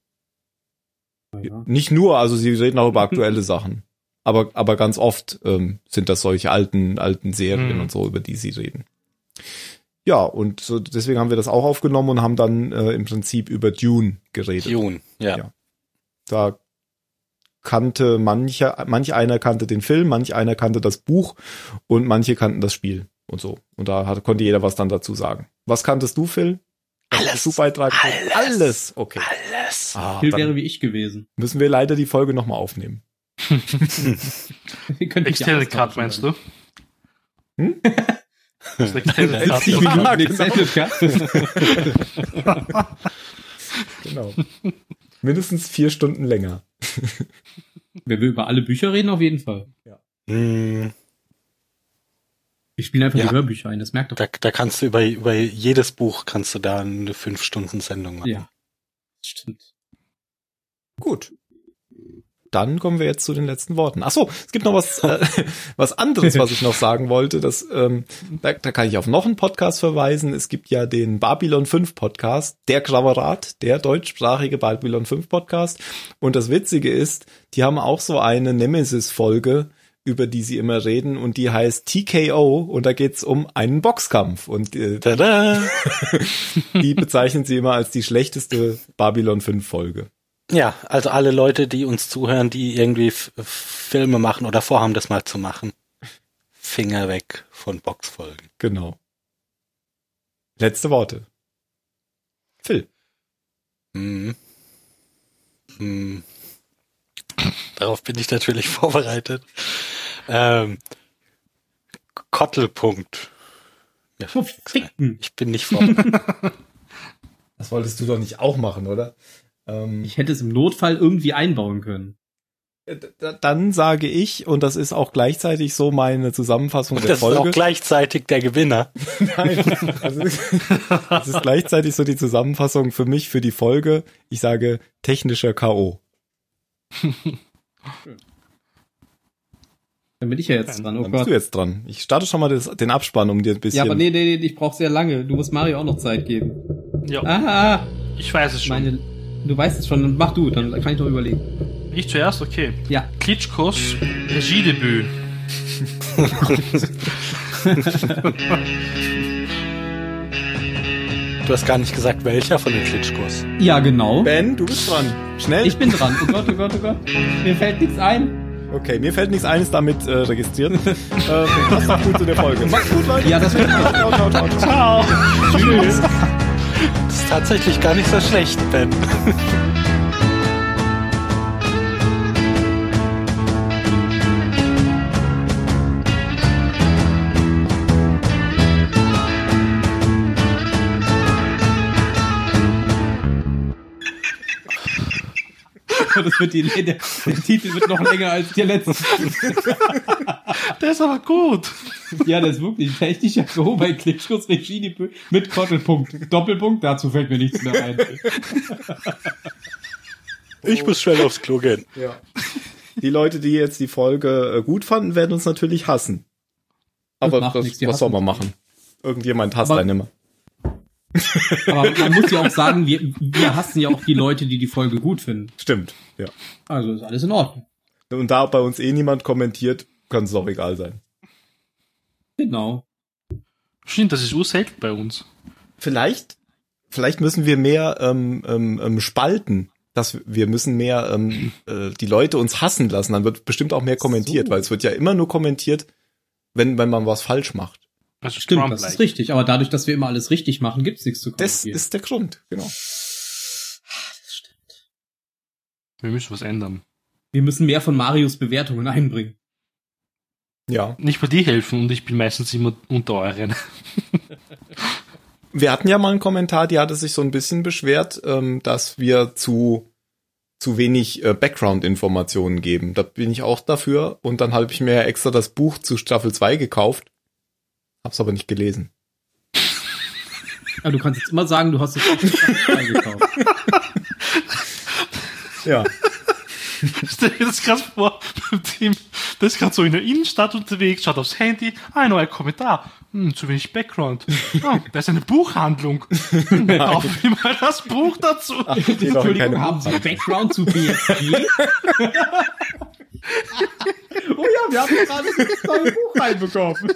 D: Naja.
B: Nicht nur, also sie reden auch über aktuelle Sachen. Aber, aber ganz oft ähm, sind das solche alten, alten Serien
E: Mhm.
B: und so, über die sie reden. Ja, und so deswegen haben wir das auch aufgenommen und haben dann äh, im Prinzip über Dune geredet.
C: Jun, ja.
B: Ja. Da kannte mancher, manch einer kannte den Film, manch einer kannte das Buch und manche kannten das Spiel und so. Und da hat, konnte jeder was dann dazu sagen. Was kanntest du, Phil? Was
C: Alles.
B: hast Du Beitrag?
C: Alles.
B: Alles. Okay.
C: Alles.
B: Ah,
D: Phil
B: dann-
D: wäre wie ich gewesen. <laughs>
B: müssen wir leider die Folge nochmal aufnehmen.
D: Ihr könnt mich ja <laughs>
E: Extended
D: austauschen,
E: Cut meinst du? <laughs> Das liegt sehr,
B: <laughs>
E: sehr
B: Das
E: stark.
B: ist
D: Minuten
B: genau.
D: Extended <laughs> Cut.
B: Genau. Mindestens vier Stunden länger.
D: Wenn wir über alle Bücher reden, auf jeden Fall.
C: Hm,
D: Wir spielen einfach
C: Ja.
D: die Hörbücher ein, das merkt doch.
C: da, da kannst du über, über jedes Buch kannst du da eine 5-Stunden-Sendung machen.
D: ja. Stimmt.
B: Gut. Dann kommen wir jetzt zu den letzten Worten. Ach so, es gibt noch was, äh, <laughs> was anderes, was ich noch sagen wollte. Das, ähm, da, da kann ich auf noch einen Podcast verweisen. Es gibt ja den Babylon 5 Podcast, der Kraverat, der deutschsprachige Babylon 5 Podcast. Und das Witzige ist, die haben auch so eine Nemesis-Folge, über die sie immer reden. Und die heißt TKO. Und da geht's um einen Boxkampf. Und äh,
C: Tada!
B: die bezeichnen sie immer als die schlechteste Babylon 5 Folge.
C: Ja, also alle Leute, die uns zuhören, die irgendwie F F- Filme machen oder vorhaben, das mal zu machen. Finger weg von Boxfolgen.
B: Genau. Letzte Worte. Phil.
C: Hm. Hm. Darauf bin ich natürlich <laughs> vorbereitet. Ähm, Kottelpunkt. Mir fällt nichts ein.
D: Verfickten.
C: Ich bin nicht <laughs> vorbereitet.
B: Das wolltest du doch nicht auch machen, oder? Ähm,
D: Ich hätte es im Notfall irgendwie einbauen können.
B: äh, d- dann sage ich, und das ist auch gleichzeitig so meine Zusammenfassung der
C: Das ist
B: Folge.
C: auch gleichzeitig der Gewinner.
B: Nein, das ist, das ist gleichzeitig so die Zusammenfassung für mich für die Folge. Ich sage technischer K.O.
D: Dann bin ich ja jetzt dran. Oh
B: Dann bist
D: Gott.
B: du jetzt dran. Ich starte schon mal das, den Abspann, um dir ein bisschen.
D: Ja, aber nee, nee, nee, ich brauch sehr lange. Du musst Mario auch noch Zeit geben.
E: Ja,
D: Ah,
E: ich weiß es schon.
D: meine, du weißt es schon. Dann Mach du, dann kann ich noch überlegen.
E: Ich zuerst, okay.
D: Ja,
E: Klitschkos Regiedebüt.
C: Du hast gar nicht gesagt, welcher von den Klitschkos.
D: ja, genau.
B: Ben, du bist dran. Schnell.
D: Ich bin dran. Oh Gott, oh Gott, oh Gott. Mir fällt nichts ein.
B: okay, mir fällt nichts eines damit äh, registriert. <laughs> ähm, passt doch gut zu der Folge. Macht's gut, Leute.
D: Ja, das wird.
B: Ciao, ciao, ciao, ciao.
E: Tschüss.
C: Das ist tatsächlich gar nicht so schlecht, Ben.
D: <laughs> Das wird die, nee, der, der Titel wird noch länger als der letzte.
E: Der ist aber gut.
D: Ja, das ist wirklich technischer Go bei Klitschkos Regie mit Kottelpunkt. Doppelpunkt, dazu fällt mir nichts mehr ein.
C: Ich muss schnell aufs Klo gehen.
B: Ja. Die Leute, die jetzt die Folge äh, gut fanden, werden uns natürlich hassen. Aber
D: macht
B: das,
D: nichts, die
B: was soll
D: hassen
B: man machen? Irgendjemand hasst
D: Aber-
B: einen immer.
D: Aber man muss ja auch sagen, wir, wir hassen ja auch die Leute, die die Folge gut finden.
B: Stimmt, ja.
D: Also ist alles in Ordnung.
B: Und da bei uns eh niemand kommentiert, kann es doch egal sein.
D: Genau.
E: Stimmt, das ist urselten bei uns.
B: Vielleicht, vielleicht müssen wir mehr ähm, ähm, ähm, spalten. Dass wir- wir müssen mehr ähm, äh, die Leute uns hassen lassen. Dann wird bestimmt auch mehr kommentiert, weil es wird ja immer nur kommentiert, wenn, wenn man was falsch macht.
E: Also
D: Stimmt,
E: Trump-like.
D: das ist richtig. Aber dadurch, dass wir immer alles richtig machen, gibt's nichts zu
B: Das
D: kommentieren.
B: ist der Grund, genau.
E: Wir müssen was ändern.
D: wir müssen mehr von Marios Bewertungen einbringen.
B: Ja.
E: Nicht bei dir helfen und ich bin meistens immer unter euren.
B: Wir hatten ja mal einen Kommentar, die hatte sich so ein bisschen beschwert, ähm, dass wir zu, zu wenig äh, Background-Informationen geben. Da bin ich auch dafür. Und dann habe ich mir ja extra das Buch zu Staffel 2 gekauft. Hab's aber nicht gelesen.
D: Ja, du kannst jetzt immer sagen, du hast es auch nicht eingekauft.
B: Ja.
E: Stell dir das gerade vor, beim Team, das ist gerade so in der Innenstadt unterwegs, schaut aufs Handy, ah, ein neuer Kommentar, hm, zu wenig Background. Ah, da ist eine Buchhandlung.
B: <laughs>
E: Hm, Kauf mir mal das Buch dazu.
D: Entschuldigung, <laughs> haben Sie Background zu BSG? oh ja, wir haben gerade das neue Buch reinbekommen.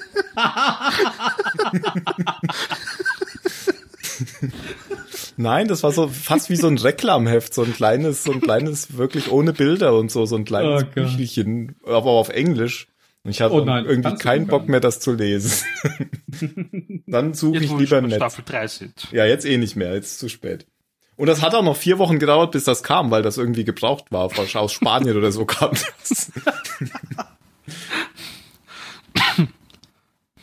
B: Nein, das war so fast wie so
D: <laughs>
B: ein Reklamheft, so ein kleines, so ein kleines, wirklich ohne Bilder und so, so ein kleines
D: Oh Gott.
B: Büchelchen, aber auf Englisch. Und ich hatte
D: Oh nein,
B: irgendwie
D: kannst du
B: keinen
D: nicht
B: Bock
D: hören.
B: mehr, das zu
D: <laughs>
B: lesen. dann suche
E: Jetzt,
B: ich
E: wo wir
B: lieber
E: schon
B: im
E: bei
B: Netz.
E: Staffel 3 sind.
B: Ja, jetzt eh nicht mehr, jetzt ist zu spät. Und das hat auch noch vier Wochen gedauert, bis das kam, weil das irgendwie gebraucht war. Wahrscheinlich Aus Spanien oder so kam das.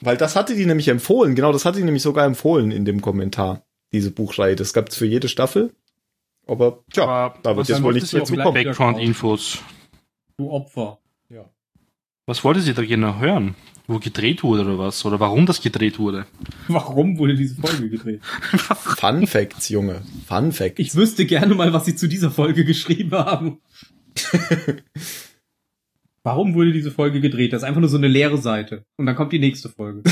B: Weil das hatte die nämlich empfohlen, genau, das hatte die nämlich sogar empfohlen in dem Kommentar, diese Buchreihe. Das gab's für jede Staffel. Aber, tja,
E: Aber
B: da wird
E: was
B: jetzt wohl
E: wolltest
B: nichts
E: du
B: mehr
E: jetzt
B: zu
E: mit
D: vielleicht-
B: kommen.
E: Background-Infos?
D: Du Opfer.
E: Was wolltet ihr da genau hören? Wo gedreht wurde oder was? Oder warum das gedreht wurde?
D: Warum wurde diese Folge gedreht?
B: Fun Facts, Junge. Fun Facts.
D: Ich wüsste gerne mal, was sie zu dieser Folge geschrieben haben. <laughs> Warum wurde diese Folge gedreht? Das ist einfach nur so eine leere Seite. Und dann kommt die nächste Folge.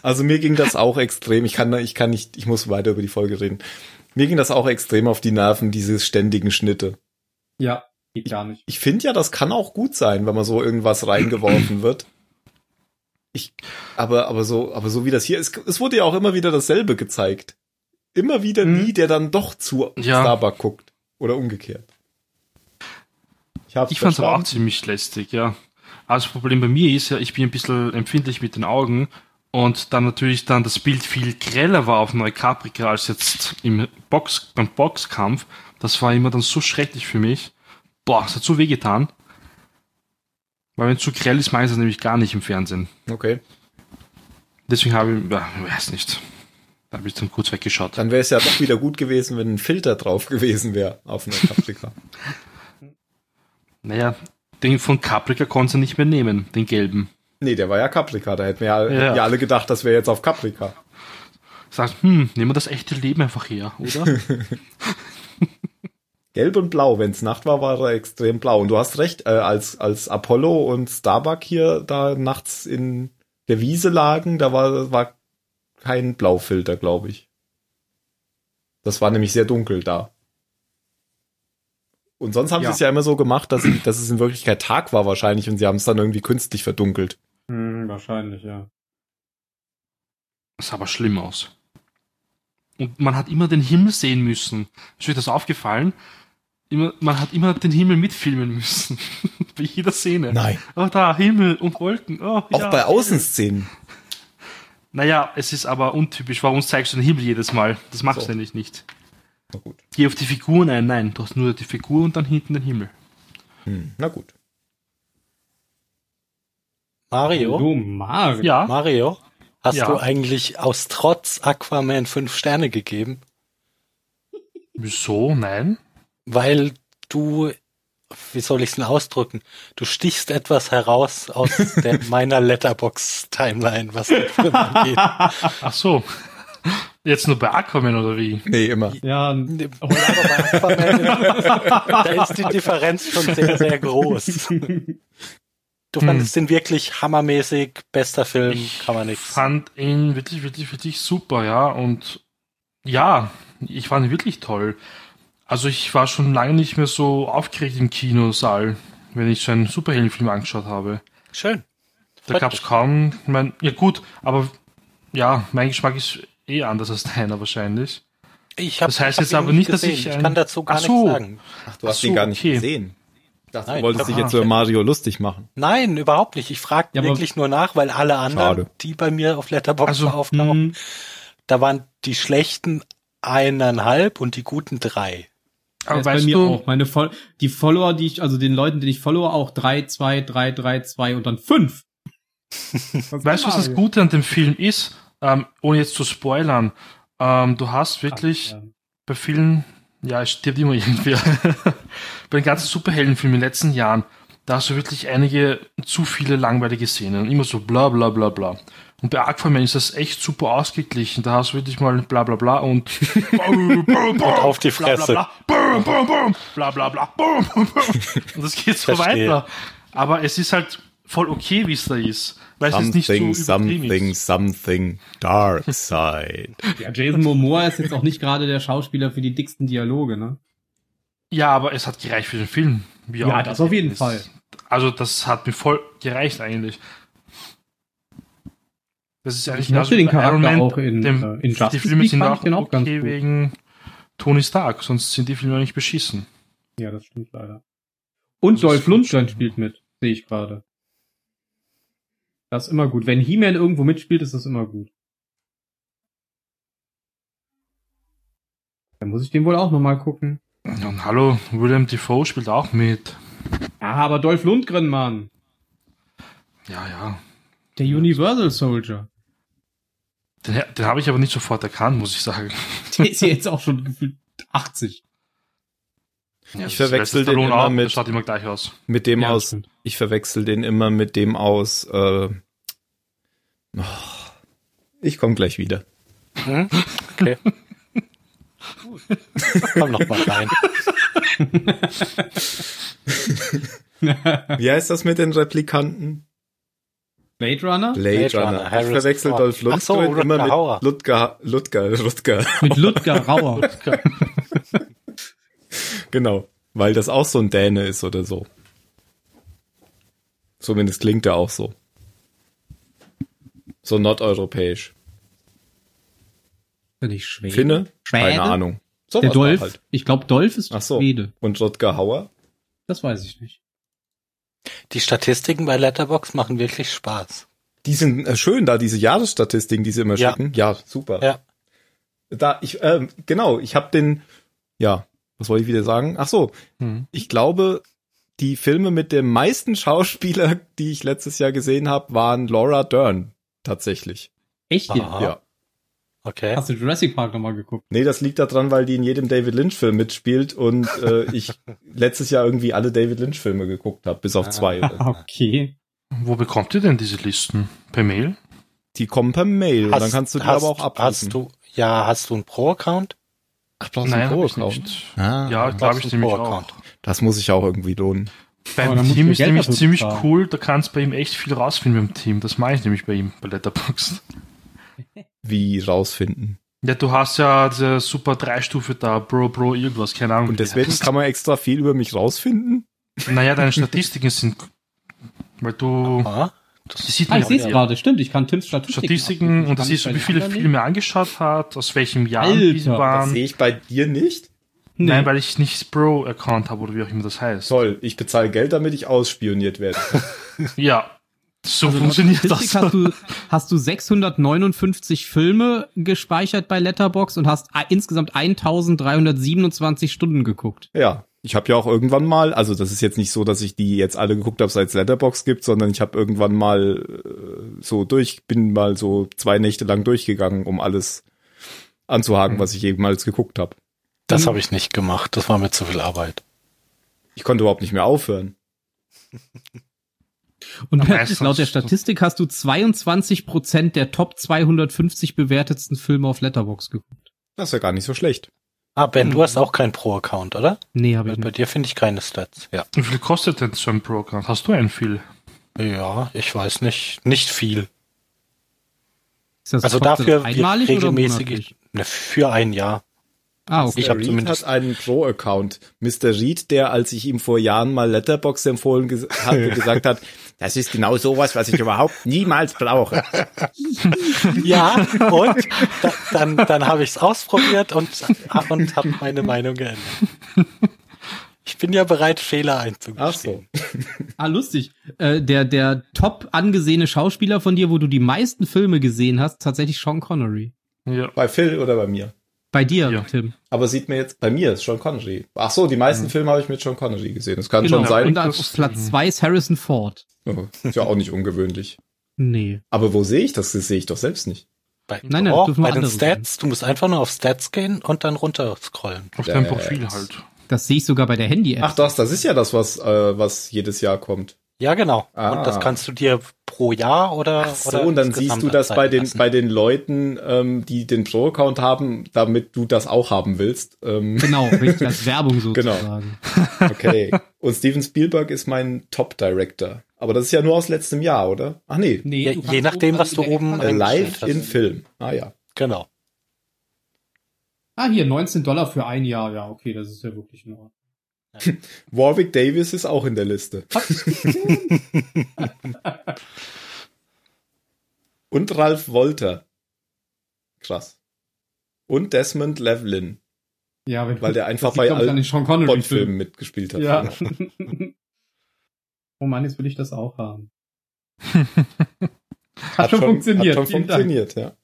B: Also mir ging das auch extrem. Ich kann, ich kann nicht, ich muss weiter über die Folge reden. Mir ging das auch extrem auf die Nerven, diese ständigen Schnitte.
D: Ja, geht gar nicht.
B: Ich finde ja, das kann auch gut sein, wenn man so irgendwas reingeworfen wird. Ich, aber, aber so, aber so wie das hier ist, es wurde ja auch immer wieder dasselbe gezeigt. Immer wieder
E: Hm.
B: nie, der dann doch zu
E: Ja.
B: Starbuck guckt. Oder umgekehrt. hab's
E: Ich fand's aber auch
B: verstanden.
E: ziemlich lästig, ja. Aber das Problem bei mir ist ja, ich bin ein bisschen empfindlich mit den Augen und dann natürlich dann das Bild viel greller war auf Neukaprika als jetzt im Box, beim Boxkampf. Das war immer dann so schrecklich für mich. Boah, es hat so wehgetan. Weil wenn es zu grell ist, mag ich das nämlich gar nicht im Fernsehen.
B: Okay.
E: Deswegen habe ich, ja, ich weiß nicht. Da habe ich dann kurz weggeschaut.
B: Dann wäre es ja doch wieder gut gewesen, wenn ein Filter drauf gewesen wäre auf
E: <laughs>
B: Nordafrika.
E: Naja, den von Caprica konnte sie nicht mehr nehmen, den gelben.
B: Nee, der war ja Caprica. Da hätten wir ja,
E: Ja.
B: hätten ja alle gedacht, das wäre jetzt auf Caprica.
E: Sagt, hm, nehmen wir das echte Leben einfach her, oder?
B: Gelb und blau. Wenn es Nacht war, war er extrem blau. Und du hast recht, äh, als, als Apollo und Starbuck hier da nachts in der Wiese lagen, da war, war kein Blaufilter, glaube ich. Das war nämlich sehr dunkel da. Und sonst haben
E: Ja.
B: sie es ja immer so gemacht, dass, dass es in Wirklichkeit Tag war wahrscheinlich und sie haben es dann irgendwie künstlich verdunkelt.
D: Hm, wahrscheinlich, ja.
E: Das sah aber schlimm aus. Und man hat immer den Himmel sehen müssen. Ist euch das aufgefallen? Immer, man hat immer den Himmel mitfilmen müssen. <laughs> bei jeder Szene.
B: Nein.
E: Oh, da, Himmel und Wolken. Oh,
B: Auch
E: ja.
B: bei Außenszenen.
E: Naja, es ist aber untypisch. Warum zeigst du den Himmel jedes Mal? Das machst
B: So.
E: du nämlich nicht.
B: Na gut.
E: Geh auf die Figuren ein. Nein, du hast nur die Figur und dann hinten den Himmel.
B: Hm, na gut.
C: Mario,
D: Du Mario.
E: Ja,
C: Mario, hast
E: Ah. Ja.
C: du eigentlich aus Trotz Aquaman fünf Sterne gegeben?
E: wieso? Nein.
C: Weil du, wie soll ich es denn ausdrücken? Du stichst etwas heraus
E: <laughs>
C: aus der, meiner Letterbox-Timeline, was den Film
E: <laughs>
C: angeht.
E: Ach so. <laughs> Jetzt nur bei Aquaman oder wie?
B: Nee, immer.
D: Ja,
C: Und aber bei Aquaman, <laughs> da ist die Differenz schon sehr, sehr
D: <laughs>
C: groß. Du fandest den wirklich hammermäßig, bester Film,
E: Hm. Ich
C: kann man nichts.
E: fand ihn wirklich, wirklich, wirklich super, ja. Und ja, ich fand ihn wirklich toll. Also ich war schon lange nicht mehr so aufgeregt im Kinosaal, wenn ich so einen Superheldenfilm angeschaut habe.
C: Schön.
E: Da
C: Freut
E: gab es kaum, ich mein, ja gut, aber ja, mein Geschmack ist eh anders als deiner wahrscheinlich.
C: Ich hab,
E: Das heißt
C: ich hab
E: jetzt
C: ihn
E: aber nicht, dass
C: gesehen.
E: ich
C: Ich
E: ein-
C: kann dazu gar
E: Ach so.
C: nichts sagen.
B: Ach, du hast
E: Ach
B: ihn
E: so,
B: gar nicht
E: okay.
B: gesehen. Ich dachte,
C: Nein,
B: du wolltest dich
E: aha.
B: jetzt über Mario lustig machen.
C: Nein, überhaupt nicht. Ich frage
D: Ja, aber-
C: wirklich nur nach, weil alle anderen,
B: Schade. hm.
C: die bei mir auf Letterboxd
E: Also,
C: aufnahmen,
E: mh,
C: da waren die schlechten eineinhalb und die guten drei.
D: Das
E: aber
D: ist
E: weißt
D: bei mir
E: du,
D: auch. Meine Fol die Follower, die ich, also den Leuten, den ich followe, auch 3, 2, 3, 3, 2 und dann
E: <laughs>
D: 5.
E: Weißt du, was das Gute an dem Film ist? Ähm, ohne jetzt zu spoilern, ähm, du hast wirklich bei vielen, ja, es stirbt immer <laughs> irgendwer, bei den ganzen Superheldenfilmen in den letzten Jahren, da hast du wirklich einige zu viele langweilige Szenen. Immer so bla bla bla bla. Und bei Aquaman ist das echt super ausgeglichen. Da hast du wirklich mal bla bla bla <laughs> und, und
C: auf die Fresse.
E: Bla bla bla, boom, boom, boom, bla bla bla, boom, boom, boom. Und <laughs> das geht so
C: Verstehe.
E: weiter. Aber es ist halt voll okay, wie es da ist. Weil es ist nicht so
B: Something,
E: übertrieben
B: something,
E: ist.
B: something, dark side.
D: Ja, Jason Momoa ist jetzt auch nicht gerade der Schauspieler für die dicksten Dialoge, ne?
E: Ja, aber es hat gereicht für den Film. Wie
D: Ja,
E: auch
D: das auf jeden
E: ist.
D: Fall.
E: Also das hat mir voll gereicht eigentlich. Das ist eigentlich
D: Ich mochte
E: genauso wie
D: den
E: bei
D: Charakter
E: Iron Man.
D: auch in,
E: Dem-
D: äh, in
E: Die
D: Justice
E: Filme
D: League
E: sind
D: fand ich
E: auch
D: den auch ganz
E: okay
D: gut.
E: wegen Tony Stark, sonst sind die Filme nicht beschissen.
D: Ja, das stimmt leider. Und
E: Das
D: Dolph
E: ist-
D: Lundgren spielt mit, sehe ich gerade. Das ist immer gut. Wenn He-Man irgendwo mitspielt, ist das immer gut. Dann muss ich den wohl auch nochmal gucken.
B: Mhm.
E: Und hallo, William Defoe spielt auch mit.
D: Ja, aber Dolph Lundgren, Mann.
E: Ja, ja.
D: Der Universal Soldier.
E: Den, den habe ich aber nicht sofort erkannt, muss ich sagen.
D: <laughs> Der ist ja jetzt auch schon gefühlt 80.
E: Ja,
B: Ich verwechsel den immer
E: auch,
B: mit-
E: Das schaut immer gleich aus.
B: Mit dem
D: Ja,
B: aus,
D: stimmt.
B: ich verwechsel den immer mit dem aus, äh, oh, ich komme gleich wieder.
C: Hm? Okay. <laughs> Komm noch mal rein.
B: Wie heißt das mit den Replikanten?
D: Blade Runner?
B: Blade,
C: Blade Runner,
B: Runner. Ich
C: Harrison
B: verwechsel
C: Ford.
B: Dolph Lundgren
C: Ach so, Rutger
B: immer mit
C: Hauer.
B: Ludger, Ludger, Ludger.
D: Mit Ludger Rauer.
B: <laughs> genau. Weil das auch so ein Däne ist oder so. Zumindest klingt er auch so. So nordeuropäisch.
D: Bin ich Schwede.
B: Finne?
D: Schwede?
B: Keine Ahnung. halt. So
D: Der Dolph. Ich glaube, Dolph ist
B: Ach so.
D: Schwede.
B: Und Rutger Hauer?
D: Das weiß ich nicht.
C: Die Statistiken bei Letterbox machen wirklich Spaß.
B: Die sind äh, schön da, diese Jahresstatistiken, die sie immer
C: Ja.
B: schicken. Ja, super.
C: Ja.
B: Da, ich, ähm, genau, ich habe den, ja, was wollte ich wieder sagen? Ach so,
C: Hm.
E: Mhm.
B: ich glaube, die Filme mit dem meisten Schauspieler, die ich letztes Jahr gesehen habe, waren Laura Dern, tatsächlich.
D: Echt?
C: Aha.
D: Ja.
B: Ja. Also,
C: Okay.
D: Hast du Jurassic Park nochmal geguckt?
B: Nee, das liegt daran, weil die in jedem David Lynch-Film mitspielt und äh, ich
C: <laughs>
B: letztes Jahr irgendwie alle David Lynch-Filme geguckt habe,
C: Ah.
B: bis auf zwei.
D: <laughs> Okay.
E: <laughs> Wo bekommt ihr denn diese Listen? Per Mail?
B: Die kommen per Mail und dann kannst du die aber auch abrufen.
C: Hast du, ja, hast du einen Pro-Account?
B: Ach, brauchst
E: Nein,
B: du
E: hab
B: einen
E: ich
B: Pro-Account?
E: nicht.
B: Ah,
E: Ja, glaube ich
C: Hast du einen
E: nämlich auch.
C: Pro-Account?
B: Das muss ich auch irgendwie lohnen.
D: Aber
E: Beim
D: dann musst
E: Team
D: du
E: ist
D: Geld
E: nämlich
D: dafür
E: ziemlich
D: bezahlen.
E: cool, da kannst bei ihm echt viel rausfinden beim Team. Das mache ich nämlich bei ihm, bei Letterboxd.
B: Wie rausfinden.
E: Ja, du hast ja diese super Drei-Stufe da, Bro, Bro, irgendwas, keine Ahnung.
B: Und deswegen kann man extra viel über mich rausfinden?
E: Naja, deine Statistiken sind. Weil du.
C: Ah,
E: Die sieht
D: Ah,
E: man
D: ich sehe es
E: ja.
D: gerade. Stimmt, ich kann Tims Statistiken. abrufen.
E: Statistiken
D: Ich
E: und da
D: kann
E: siehst du,
D: bei
E: wie
D: den
E: viele
D: anderen
E: Filme er angeschaut hat, aus welchem Jahr
D: Alter,
E: diese
B: Das
E: waren.
B: sehe ich bei dir nicht.
D: nicht. Nee.
E: Nein, weil ich nicht Bro-Account habe oder wie auch immer das heißt.
B: Toll, ich bezahle Geld, damit ich ausspioniert werde.
E: Ja. So
D: Also laut
E: funktioniert
D: Statistik
E: das.
D: Hast du, hast du 659 Filme gespeichert bei Letterbox und hast a- insgesamt 1327 Stunden geguckt.
B: <laughs> ja, ich habe ja auch irgendwann mal, also das ist jetzt nicht so, dass ich die jetzt alle geguckt habe, seit es Letterbox gibt, sondern ich habe irgendwann mal äh, so durch, bin mal so zwei Nächte lang durchgegangen, um alles anzuhaken, was ich jemals geguckt habe.
C: das habe ich nicht gemacht. Das war mir zu viel Arbeit.
B: Ich konnte überhaupt nicht mehr aufhören.
D: Und <laughs>
E: Am meisten
D: laut der
E: hast du-
D: Statistik hast du 22% der Top 250 bewertetsten Filme auf Letterbox geguckt.
B: Das ist ja gar nicht so schlecht.
C: Ah,
B: Hm.
C: Ben, du hast auch keinen Pro-Account, oder?
D: Nee, habe
C: Weil
D: ich
C: bei
D: nicht.
C: dir finde ich keine Stats. Ja.
E: Wie viel kostet denn so ein Pro-Account? Hast du einen viel?
C: Ja, ich weiß nicht. Nicht viel.
D: Ist das
C: Also
D: kostet
C: dafür
D: das
C: wird
D: oder
C: regelmäßig
D: monatlich?
C: ne, für ein Jahr.
D: Ah, okay.
C: Ich hab
B: Mr. Reed
C: zumindest-
B: hat einen Pro-Account. Mr. Reed, der, als ich ihm vor Jahren mal Letterbox empfohlen <laughs> ges hatte, gesagt hat, das ist genau sowas, was ich überhaupt niemals brauche.
C: <laughs> Ja, und da, dann, dann habe ich es ausprobiert und, und habe meine Meinung geändert. Ich bin ja bereit, Fehler einzugestehen.
B: Ach so.
D: Ah, lustig. Äh, der, der top angesehene Schauspieler von dir, wo du die meisten Filme gesehen hast, tatsächlich Sean Connery.
E: Ja.
B: Bei Phil oder bei mir?
D: Bei dir,
E: Ja.
D: Tim.
B: Aber sieht mir jetzt, bei mir ist Sean Connery. Ach so, die meisten Filme habe ich mit Sean Connery gesehen. Das kann schon
D: Genau. Und
B: sein.
D: dann
C: Mhm.
D: auf Platz zwei ist Harrison Ford.
B: Oh, ist ja auch nicht ungewöhnlich.
D: Nee.
B: Aber wo sehe ich das? Das sehe ich doch selbst nicht.
C: Bei,
D: Nein, nein,
C: doch,
D: dürfen wir
C: bei den
D: andere sehen.
C: Stats, du musst einfach nur auf Stats gehen und dann runter scrollen.
E: Auf deinem
B: Äh,
E: Profil
B: <laughs>
E: halt.
D: Das sehe ich sogar bei der Handy-App.
B: Ach das, das ist ja das, was, äh, was jedes Jahr kommt.
C: Ja, genau.
B: Ah.
C: Und das kannst du dir pro Jahr oder
B: Ach so,
C: oder
B: und dann
C: insgesamt
B: siehst du das bei
C: anzeigen
B: den,
C: lassen.
B: bei den Leuten, ähm, die den Pro-Account haben, damit du das auch haben willst. Ähm,
D: Genau, richtig,
C: <laughs>
D: als Werbung
C: Genau.
D: sozusagen.
B: Okay. Und Steven Spielberg ist mein Top-Director. Aber das ist ja nur aus letztem Jahr, oder? Ach nee.
D: Nee,
C: Ja,
D: du
C: je
D: kannst
C: nachdem,
D: oben
C: was
D: an
C: du
D: die Ecke
C: oben
D: fahren.
B: Äh,
C: eingestellt
B: Live
C: hast.
B: in Film. Ah ja.
C: Genau.
D: Ah, hier, 19 Dollar für ein Jahr. Ja, okay, das ist ja wirklich in Ordnung.
B: Warwick Davis ist auch in der Liste. <laughs> Und Ralf Wolter. Krass. Und Desmond Levlin,
D: Ja, wenn
B: weil der einfach
D: bei
B: bei
D: kommt, dann
B: allen
D: den Sean Connery Film.
B: Bond-Filmen mitgespielt hat. <laughs>
D: Ja. oh Mann, jetzt will ich das auch haben. Hat, schon funktioniert.
B: Hat schon
D: vielen Dank.
B: funktioniert, ja.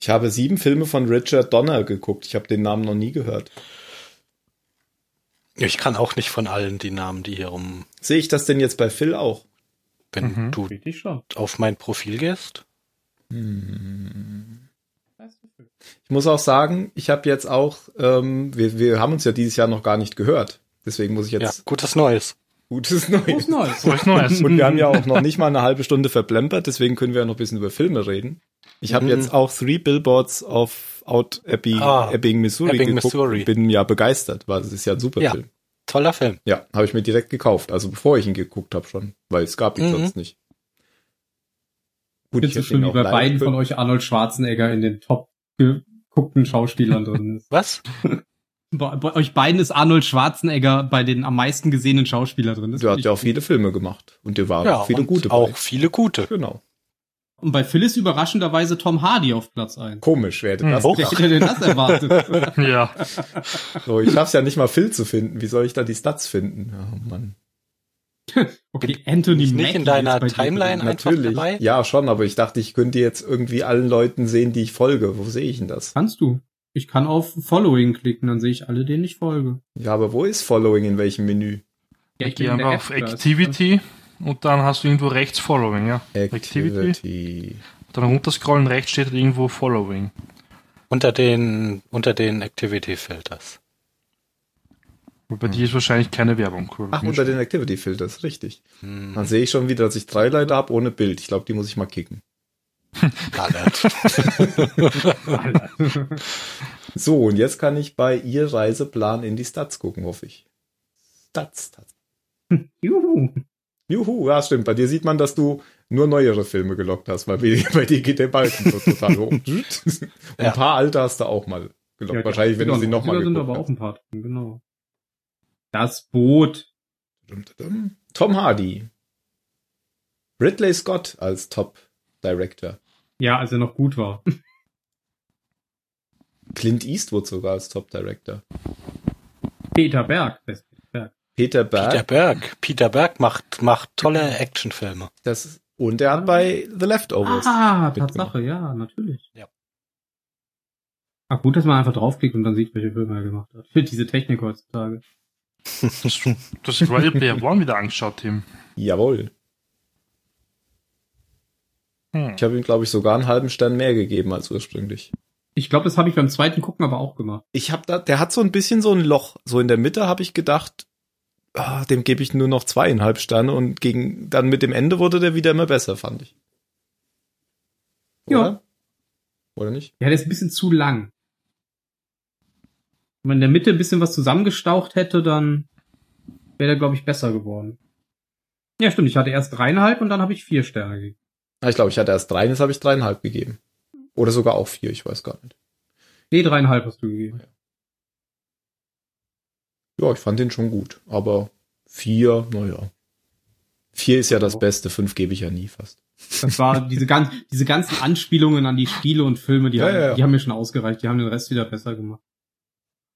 B: Ich habe sieben Filme von Richard Donner geguckt. Ich habe den Namen noch nie gehört.
C: Ich kann auch nicht von allen die Namen, die hier rum.
B: Sehe ich das denn jetzt bei Phil auch?
C: Wenn
E: Mhm.
C: du
D: Richtig schon.
C: auf mein Profil gehst.
B: Ich muss auch sagen, ich habe jetzt auch, ähm, wir, wir haben uns ja dieses Jahr noch gar nicht gehört. Deswegen muss ich
C: Ja,
B: jetzt
C: gutes Neues.
B: Gutes Neues.
D: Groß Neues.
E: Was Neues.
B: Und wir haben ja auch noch nicht mal eine halbe Stunde verplempert, deswegen können wir ja noch ein bisschen über Filme reden. Ich habe
C: Mhm.
B: jetzt auch Three Billboards of Out Ebbing,
C: Ah,
B: Ebbing Missouri
C: Ebbing,
B: geguckt
C: Missouri.
B: und bin ja begeistert, weil es ist ja ein super
C: Ja.
B: Film.
C: Toller Film.
B: Ja, habe ich mir direkt gekauft, also bevor ich ihn geguckt habe schon, weil es gab ihn
C: Mhm.
B: sonst nicht. Gut,
D: Bitte
B: hätte
D: schön,
B: ihn
D: wie
B: auch
D: bei
B: leider-
D: beiden von euch Arnold Schwarzenegger in den top geguckten Schauspielern drin ist.
C: Was?
D: <laughs> Bei, bei euch beiden ist Arnold Schwarzenegger bei den am meisten gesehenen Schauspielern drin. Das
B: Du
D: find
B: hast
D: ich
B: ja auch
D: gut.
B: viele Filme gemacht und dir waren
C: ja,
B: auch viele
C: und
B: gute
C: Auch
B: bei.
C: viele gute.
B: Genau.
D: Und bei Phil ist überraschenderweise Tom Hardy auf Platz 1.
B: Komisch, wer hätte
E: Hm.
B: das
C: Oh.
D: Wer
B: gedacht?
D: hätte denn
B: <laughs>
D: das erwartet?
E: Ja,
B: So, ich schaff's ja nicht mal Phil zu finden. Wie soll ich da die Stats finden? Oh Mann.
D: Okay, Anthony
C: Nicht in
D: Mackie
C: deiner
D: ist bei dir
C: Timeline
D: drin.
C: ein- Einfach
B: Natürlich.
C: dabei?
B: Ja, schon, aber ich dachte, ich könnte jetzt irgendwie allen Leuten sehen, die ich folge. Wo sehe ich denn das?
D: Kannst du. Ich kann auf Following klicken, dann sehe ich alle, denen ich folge.
B: Ja, aber wo ist Following in welchem Menü?
D: Ja,
E: ich
D: ich
E: gehe
D: bin in
E: einfach
D: der
E: auf
D: App-Class.
E: Activity und dann hast du irgendwo rechts Following, ja. Dann runterscrollen, rechts steht irgendwo Following.
C: Unter den, unter den Activity-Filters.
E: Und bei dir ist wahrscheinlich keine Werbung.
B: Hm. Ach, unter den Activity Filters, richtig.
C: Hm,
B: Dann sehe ich schon wieder, dass ich drei Leute habe ohne Bild. Ich glaube, die muss ich mal kicken. <laughs>
C: ballert.
B: So, und jetzt kann ich bei ihr Reiseplan in die Stats gucken, hoffe ich. Stats, Stats.
D: Juhu.
B: Juhu, ja, stimmt. Bei dir sieht man, dass du nur neuere Filme gelockt hast, weil <laughs> bei, bei dir geht der Balken so total hoch. Und
C: Ja.
B: ein paar alte hast du auch mal gelockt.
D: Ja, die
B: Wahrscheinlich, wenn du sie
D: 80er
B: nochmal
D: Genau. sind
B: geguckt
D: aber auch
B: hast.
D: ein paar drin, genau. Das Boot.
B: Dum, dum, dum. Tom Hardy. Ridley Scott als Top Director.
D: Ja, als er noch gut war. <laughs>
B: Clint Eastwood sogar als Top Director.
D: Peter Berg. Das ist Peter Berg.
C: Peter
B: Peter Berg.
C: Berg. Peter Berg macht, macht tolle Actionfilme.
B: Das, und er hat bei The Leftovers.
D: Ah,
B: mitgemacht.
D: Tatsache, ja, natürlich.
C: Ja.
D: Ach, gut, dass man einfach draufklickt und dann sieht, welche Filme er gemacht hat. Für diese Technik heutzutage.
E: Du hast Royal Player One wieder angeschaut, Tim.
B: Jawohl.
E: Hm.
B: Ich habe ihm, glaube ich, sogar einen halben Stern mehr gegeben als ursprünglich.
D: Ich glaube, das habe ich beim zweiten Gucken aber auch gemacht.
B: ich habe da, der hat so ein bisschen so ein Loch. So in der Mitte habe ich gedacht, ah, dem gebe ich nur noch zweieinhalb Sterne und gegen dann mit dem Ende wurde der wieder immer besser, fand ich.
D: Ja.
B: Oder? Oder nicht?
D: Ja, der ist ein bisschen zu lang. Wenn man in der Mitte ein bisschen was zusammengestaucht hätte, dann wäre der, glaube ich, besser geworden. Ja, stimmt. Ich hatte erst dreieinhalb und dann habe ich vier Sterne gegeben.
B: Ah, Ich glaube, ich hatte erst drei, jetzt habe ich dreieinhalb gegeben. Oder sogar auch vier, ich weiß gar nicht.
D: Nee, dreieinhalb hast du gegeben.
B: Ja, ich fand den schon gut, aber vier, naja. Vier ist ja das Beste, fünf gebe ich ja nie fast.
D: Das
E: <laughs>
D: war diese, ganz, diese ganzen Anspielungen an die Spiele und Filme, die,
B: Ja,
D: haben,
B: ja, ja.
D: die haben mir schon ausgereicht. Die haben den Rest wieder besser gemacht.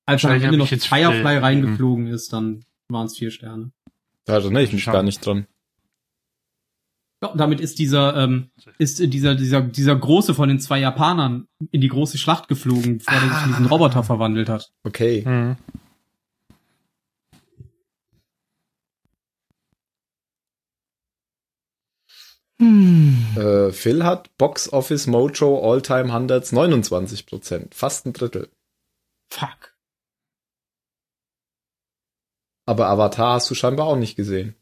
D: Als am
E: Wahrscheinlich
D: Ende
E: hab
D: noch
E: ich jetzt
D: Firefly
E: viel-
D: reingeflogen ist, dann waren es vier Sterne.
B: Da erinnere Also, ne, ich mich
E: Schade.
B: gar nicht dran.
D: Ja, und damit ist dieser, ähm, ist dieser, dieser, dieser große von den zwei Japanern in die große Schlacht geflogen, bevor er sich in diesen Roboter verwandelt hat.
B: Okay.
E: Hm.
B: Äh, Phil hat Box Office Mojo All-Time Hundreds 29 Prozent, fast ein Drittel.
C: <laughs>
D: Fuck.
B: Aber Avatar hast du scheinbar auch nicht gesehen.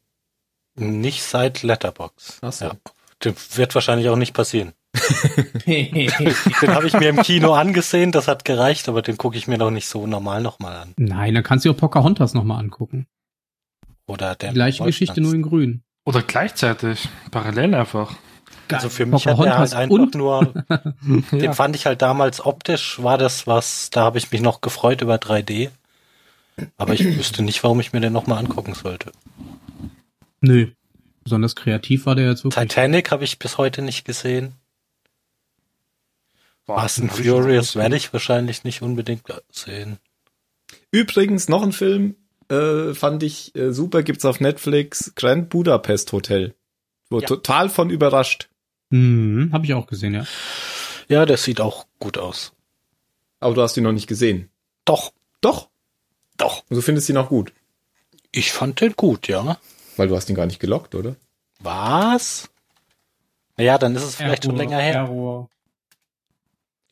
C: Nicht seit Letterbox.
B: Ach so.
C: Das wird wahrscheinlich auch nicht passieren.
D: Nein,
C: Den habe ich mir im Kino <laughs> angesehen, das hat gereicht, aber den gucke ich mir noch nicht so normal nochmal an.
D: dann kannst du dir auch Pocahontas nochmal angucken.
C: Oder der
D: Die gleiche Geschichte, nur in grün.
E: Oder gleichzeitig, parallel einfach.
C: Also für mich hat er halt einfach
D: und
C: nur, den
D: <laughs>
E: Ja.
C: fand ich halt damals optisch, war das was, da habe ich mich noch gefreut über 3D. Aber ich wüsste nicht, warum ich mir den nochmal angucken sollte.
D: Nö. Besonders kreativ war der jetzt wirklich.
C: Titanic habe ich bis heute nicht gesehen.
E: Boah,
C: Fast
E: den
C: and
E: hab ich noch
C: Furious
E: gesehen.
C: werde ich wahrscheinlich nicht unbedingt sehen.
B: Übrigens noch ein Film, äh, fand ich äh, super, gibt's auf Netflix, Grand Budapest Hotel. Wo
C: Ja.
B: total von überrascht.
D: Hm, habe ich auch gesehen, ja.
C: Ja, das sieht auch gut aus.
B: Aber du hast ihn noch nicht gesehen.
C: Doch,
B: Doch.
C: doch.
B: Und du findest ihn auch gut.
C: Ich fand den gut, ja.
B: Weil du hast ihn gar nicht gelockt, oder?
C: Was? Naja, dann ist es vielleicht schon
D: Error,
C: länger her.
D: Error.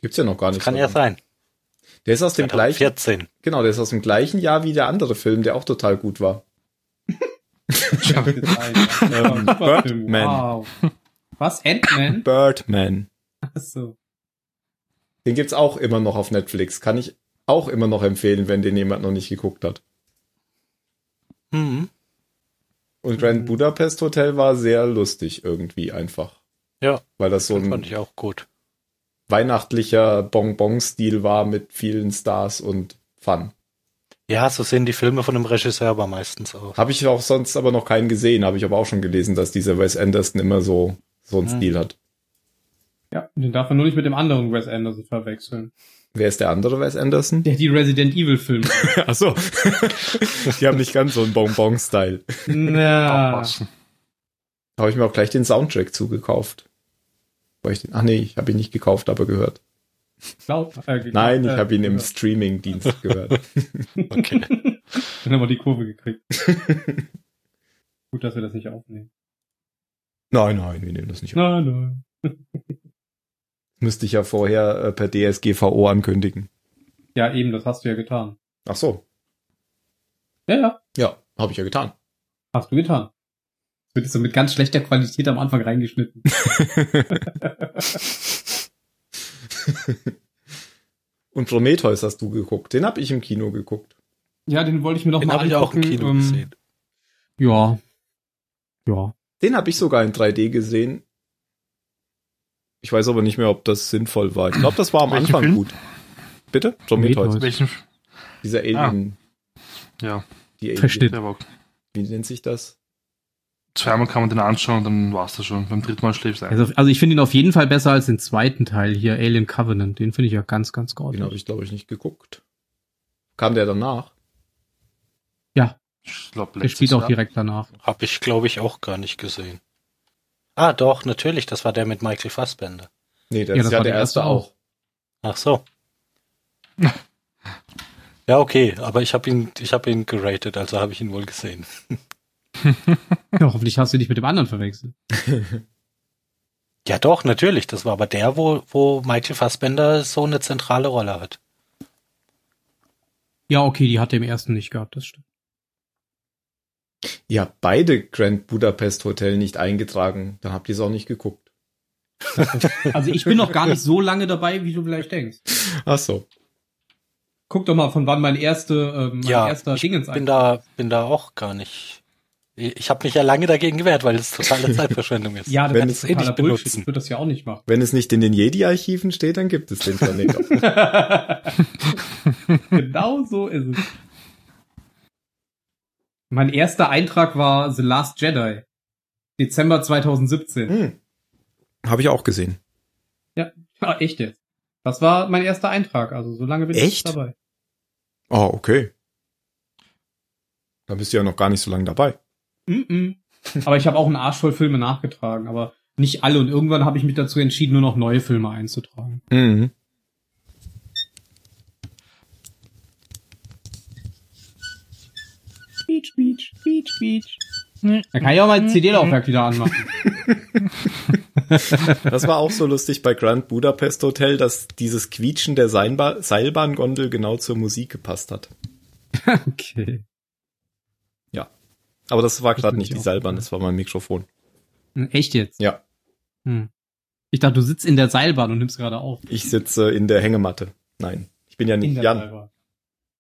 B: Gibt's ja noch gar
C: Das
B: nicht.
C: kann
B: so
C: ja
B: lange.
C: sein.
B: Der ist aus dem gleichen,
C: 2014.
B: genau, der ist aus dem gleichen Jahr wie der andere Film, der auch total gut war.
D: <laughs>
B: Ähm, Birdman.
D: Wow. Was?
B: <laughs>
D: Ant-Man?
B: Birdman.
D: Achso.
B: Den gibt's auch immer noch auf Netflix. Kann ich auch immer noch empfehlen, wenn den jemand noch nicht geguckt hat.
C: Mhm.
B: Und Grand Budapest Hotel war sehr lustig irgendwie einfach.
C: Ja.
B: Weil das so
C: Den
B: ein
E: Hm.
C: fand ich auch gut.
B: weihnachtlicher Bonbon-Stil war mit vielen Stars und Fun.
C: Ja, so sehen die Filme von dem Regisseur aber meistens aus.
B: Habe ich auch sonst aber noch keinen gesehen, habe ich aber auch schon gelesen, dass dieser Wes Anderson immer so, so einen
C: Hm.
B: Stil hat.
D: Ja, den darf man nur nicht mit dem anderen Wes Anderson verwechseln.
B: Wer ist der andere Wes Anderson?
D: Der die Resident Evil <laughs> Filme.
B: Ach <laughs> so. Die haben nicht ganz so einen Bonbon-Style.
D: Na.
E: Aufpassen.
B: Da habe ich mir auch gleich den Soundtrack zugekauft. Weil ich den, ach nee, ich habe ihn nicht gekauft, aber gehört.
D: Glaub, äh,
B: <laughs>
D: gekriegt,
B: Nein, ich
D: äh,
B: habe ihn im
D: ja.
B: Streaming-Dienst gehört.
C: Okay.
D: Dann haben wir die Kurve gekriegt.
B: <laughs>
D: Gut, dass wir das nicht aufnehmen.
B: Nein, nein, wir nehmen das nicht. auf.
D: Nein, nein.
B: Müsste ich ja vorher äh, per DSGVO ankündigen.
D: Ja, eben, das hast du ja getan.
B: Ach so.
D: Ja, ja,
B: Ja, habe ich ja getan.
D: hast du getan. Das wird jetzt so mit ganz schlechter Qualität am Anfang reingeschnitten.
B: Und Prometheus hast du geguckt. Den habe ich im Kino geguckt.
D: Ja, den wollte ich mir doch
C: Den
D: mal
C: habe ich auch im Kino
D: ähm,
C: gesehen.
D: Ja. Ja.
B: Den habe ich sogar in 3D gesehen. Ich weiß aber nicht mehr, ob das sinnvoll war. Ich glaube, das war am
E: Welchen
B: Anfang
E: Film?
B: gut. Bitte? Prometheus.
D: Prometheus.
E: Welchen?
B: Dieser Alien.
E: Ja,
B: Die Alien.
D: Versteht.
E: der war
B: Wie nennt sich das?
E: Zweimal kann man den anschauen, dann war's das schon. Beim dritten Mal schläfst du ein.
D: Also, also ich finde ihn auf jeden Fall besser als den zweiten Teil hier, Alien Covenant. Den finde ich ja ganz,
B: Den
D: ganz
C: Genau,
B: habe
D: großartig.
B: ich, glaube ich, nicht geguckt. Kam der danach?
E: ich glaub,
D: Der
E: letztes
D: spielt auch
E: Jahr.
D: direkt danach.
C: Hab ich, glaube ich, auch gar nicht gesehen. Ah, doch, natürlich, das war der mit Michael Fassbender.
B: Nee, das
D: Ja,
B: ist
D: das
B: ja
D: war
B: der
D: der
B: erste
D: erste
B: auch.
C: Ach
D: <laughs>
C: so. ja, okay, aber ich habe ihn, ich habe ihn geratet, also habe ich ihn wohl gesehen.
D: Ja, hoffentlich hast du dich mit dem anderen verwechselt.
C: Ja, doch, natürlich, das war aber der, wo, wo Michael Fassbender so eine zentrale Rolle hat.
D: Ja, okay, die hat er im ersten nicht gehabt, das stimmt.
B: Ihr habt beide Grand Budapest Hotel nicht eingetragen. Dann habt ihr es auch nicht geguckt.
D: Also ich bin noch gar nicht so lange dabei, wie du vielleicht denkst.
B: Ach so.
D: Guck doch mal, von wann mein erste, ähm, mein
C: Ja,
D: erster
C: ich
D: Dingens
C: Bin da, bin da auch gar nicht. Ich habe mich ja lange dagegen gewehrt, weil es
D: <laughs>
C: totale Zeitverschwendung ist.
D: Ja,
B: Wenn
D: das
B: es
D: ist
C: eh nicht
D: totaler Bullshit.
C: benutzen.
D: Ich würde das ja auch
C: <laughs>
D: nicht machen. <laughs>
B: Wenn es nicht in den Jedi-Archiven steht, dann gibt es den Planet auch.
D: genau so ist es. Mein erster Eintrag war The Last Jedi. Dezember 2017.
B: <laughs> Hm. Habe ich auch gesehen.
D: Ah, echt jetzt? Das war mein erster Eintrag, also so lange bin ich
B: Echt?
D: dabei.
B: Ah, okay. Da bist du ja noch gar nicht so lange dabei.
D: Mm-mm. Mhm. Aber ich habe auch einen Arsch voll Filme nachgetragen, aber nicht alle. Und irgendwann habe ich mich dazu entschieden, nur noch neue Filme einzutragen.
B: Mhm.
D: Beach, Beach, Beach, Beach. Da kann ich auch mein CD-Laufwerk <laughs> wieder anmachen.
B: Das war auch so lustig bei Grand Budapest Hotel, dass dieses Quietschen der Seinba Seilbahngondel genau zur Musik gepasst hat.
D: Okay.
B: Aber das war gerade
D: bin
B: nicht
D: ich
B: die
D: auch.
B: Seilbahn, das war mein Mikrofon.
D: Echt jetzt?
B: Ja,
D: Hm. Ich dachte, du sitzt in der Seilbahn und nimmst gerade auf.
B: ich sitze in der Hängematte. Nein, ich bin ja nicht Jan.
D: Seilbahn.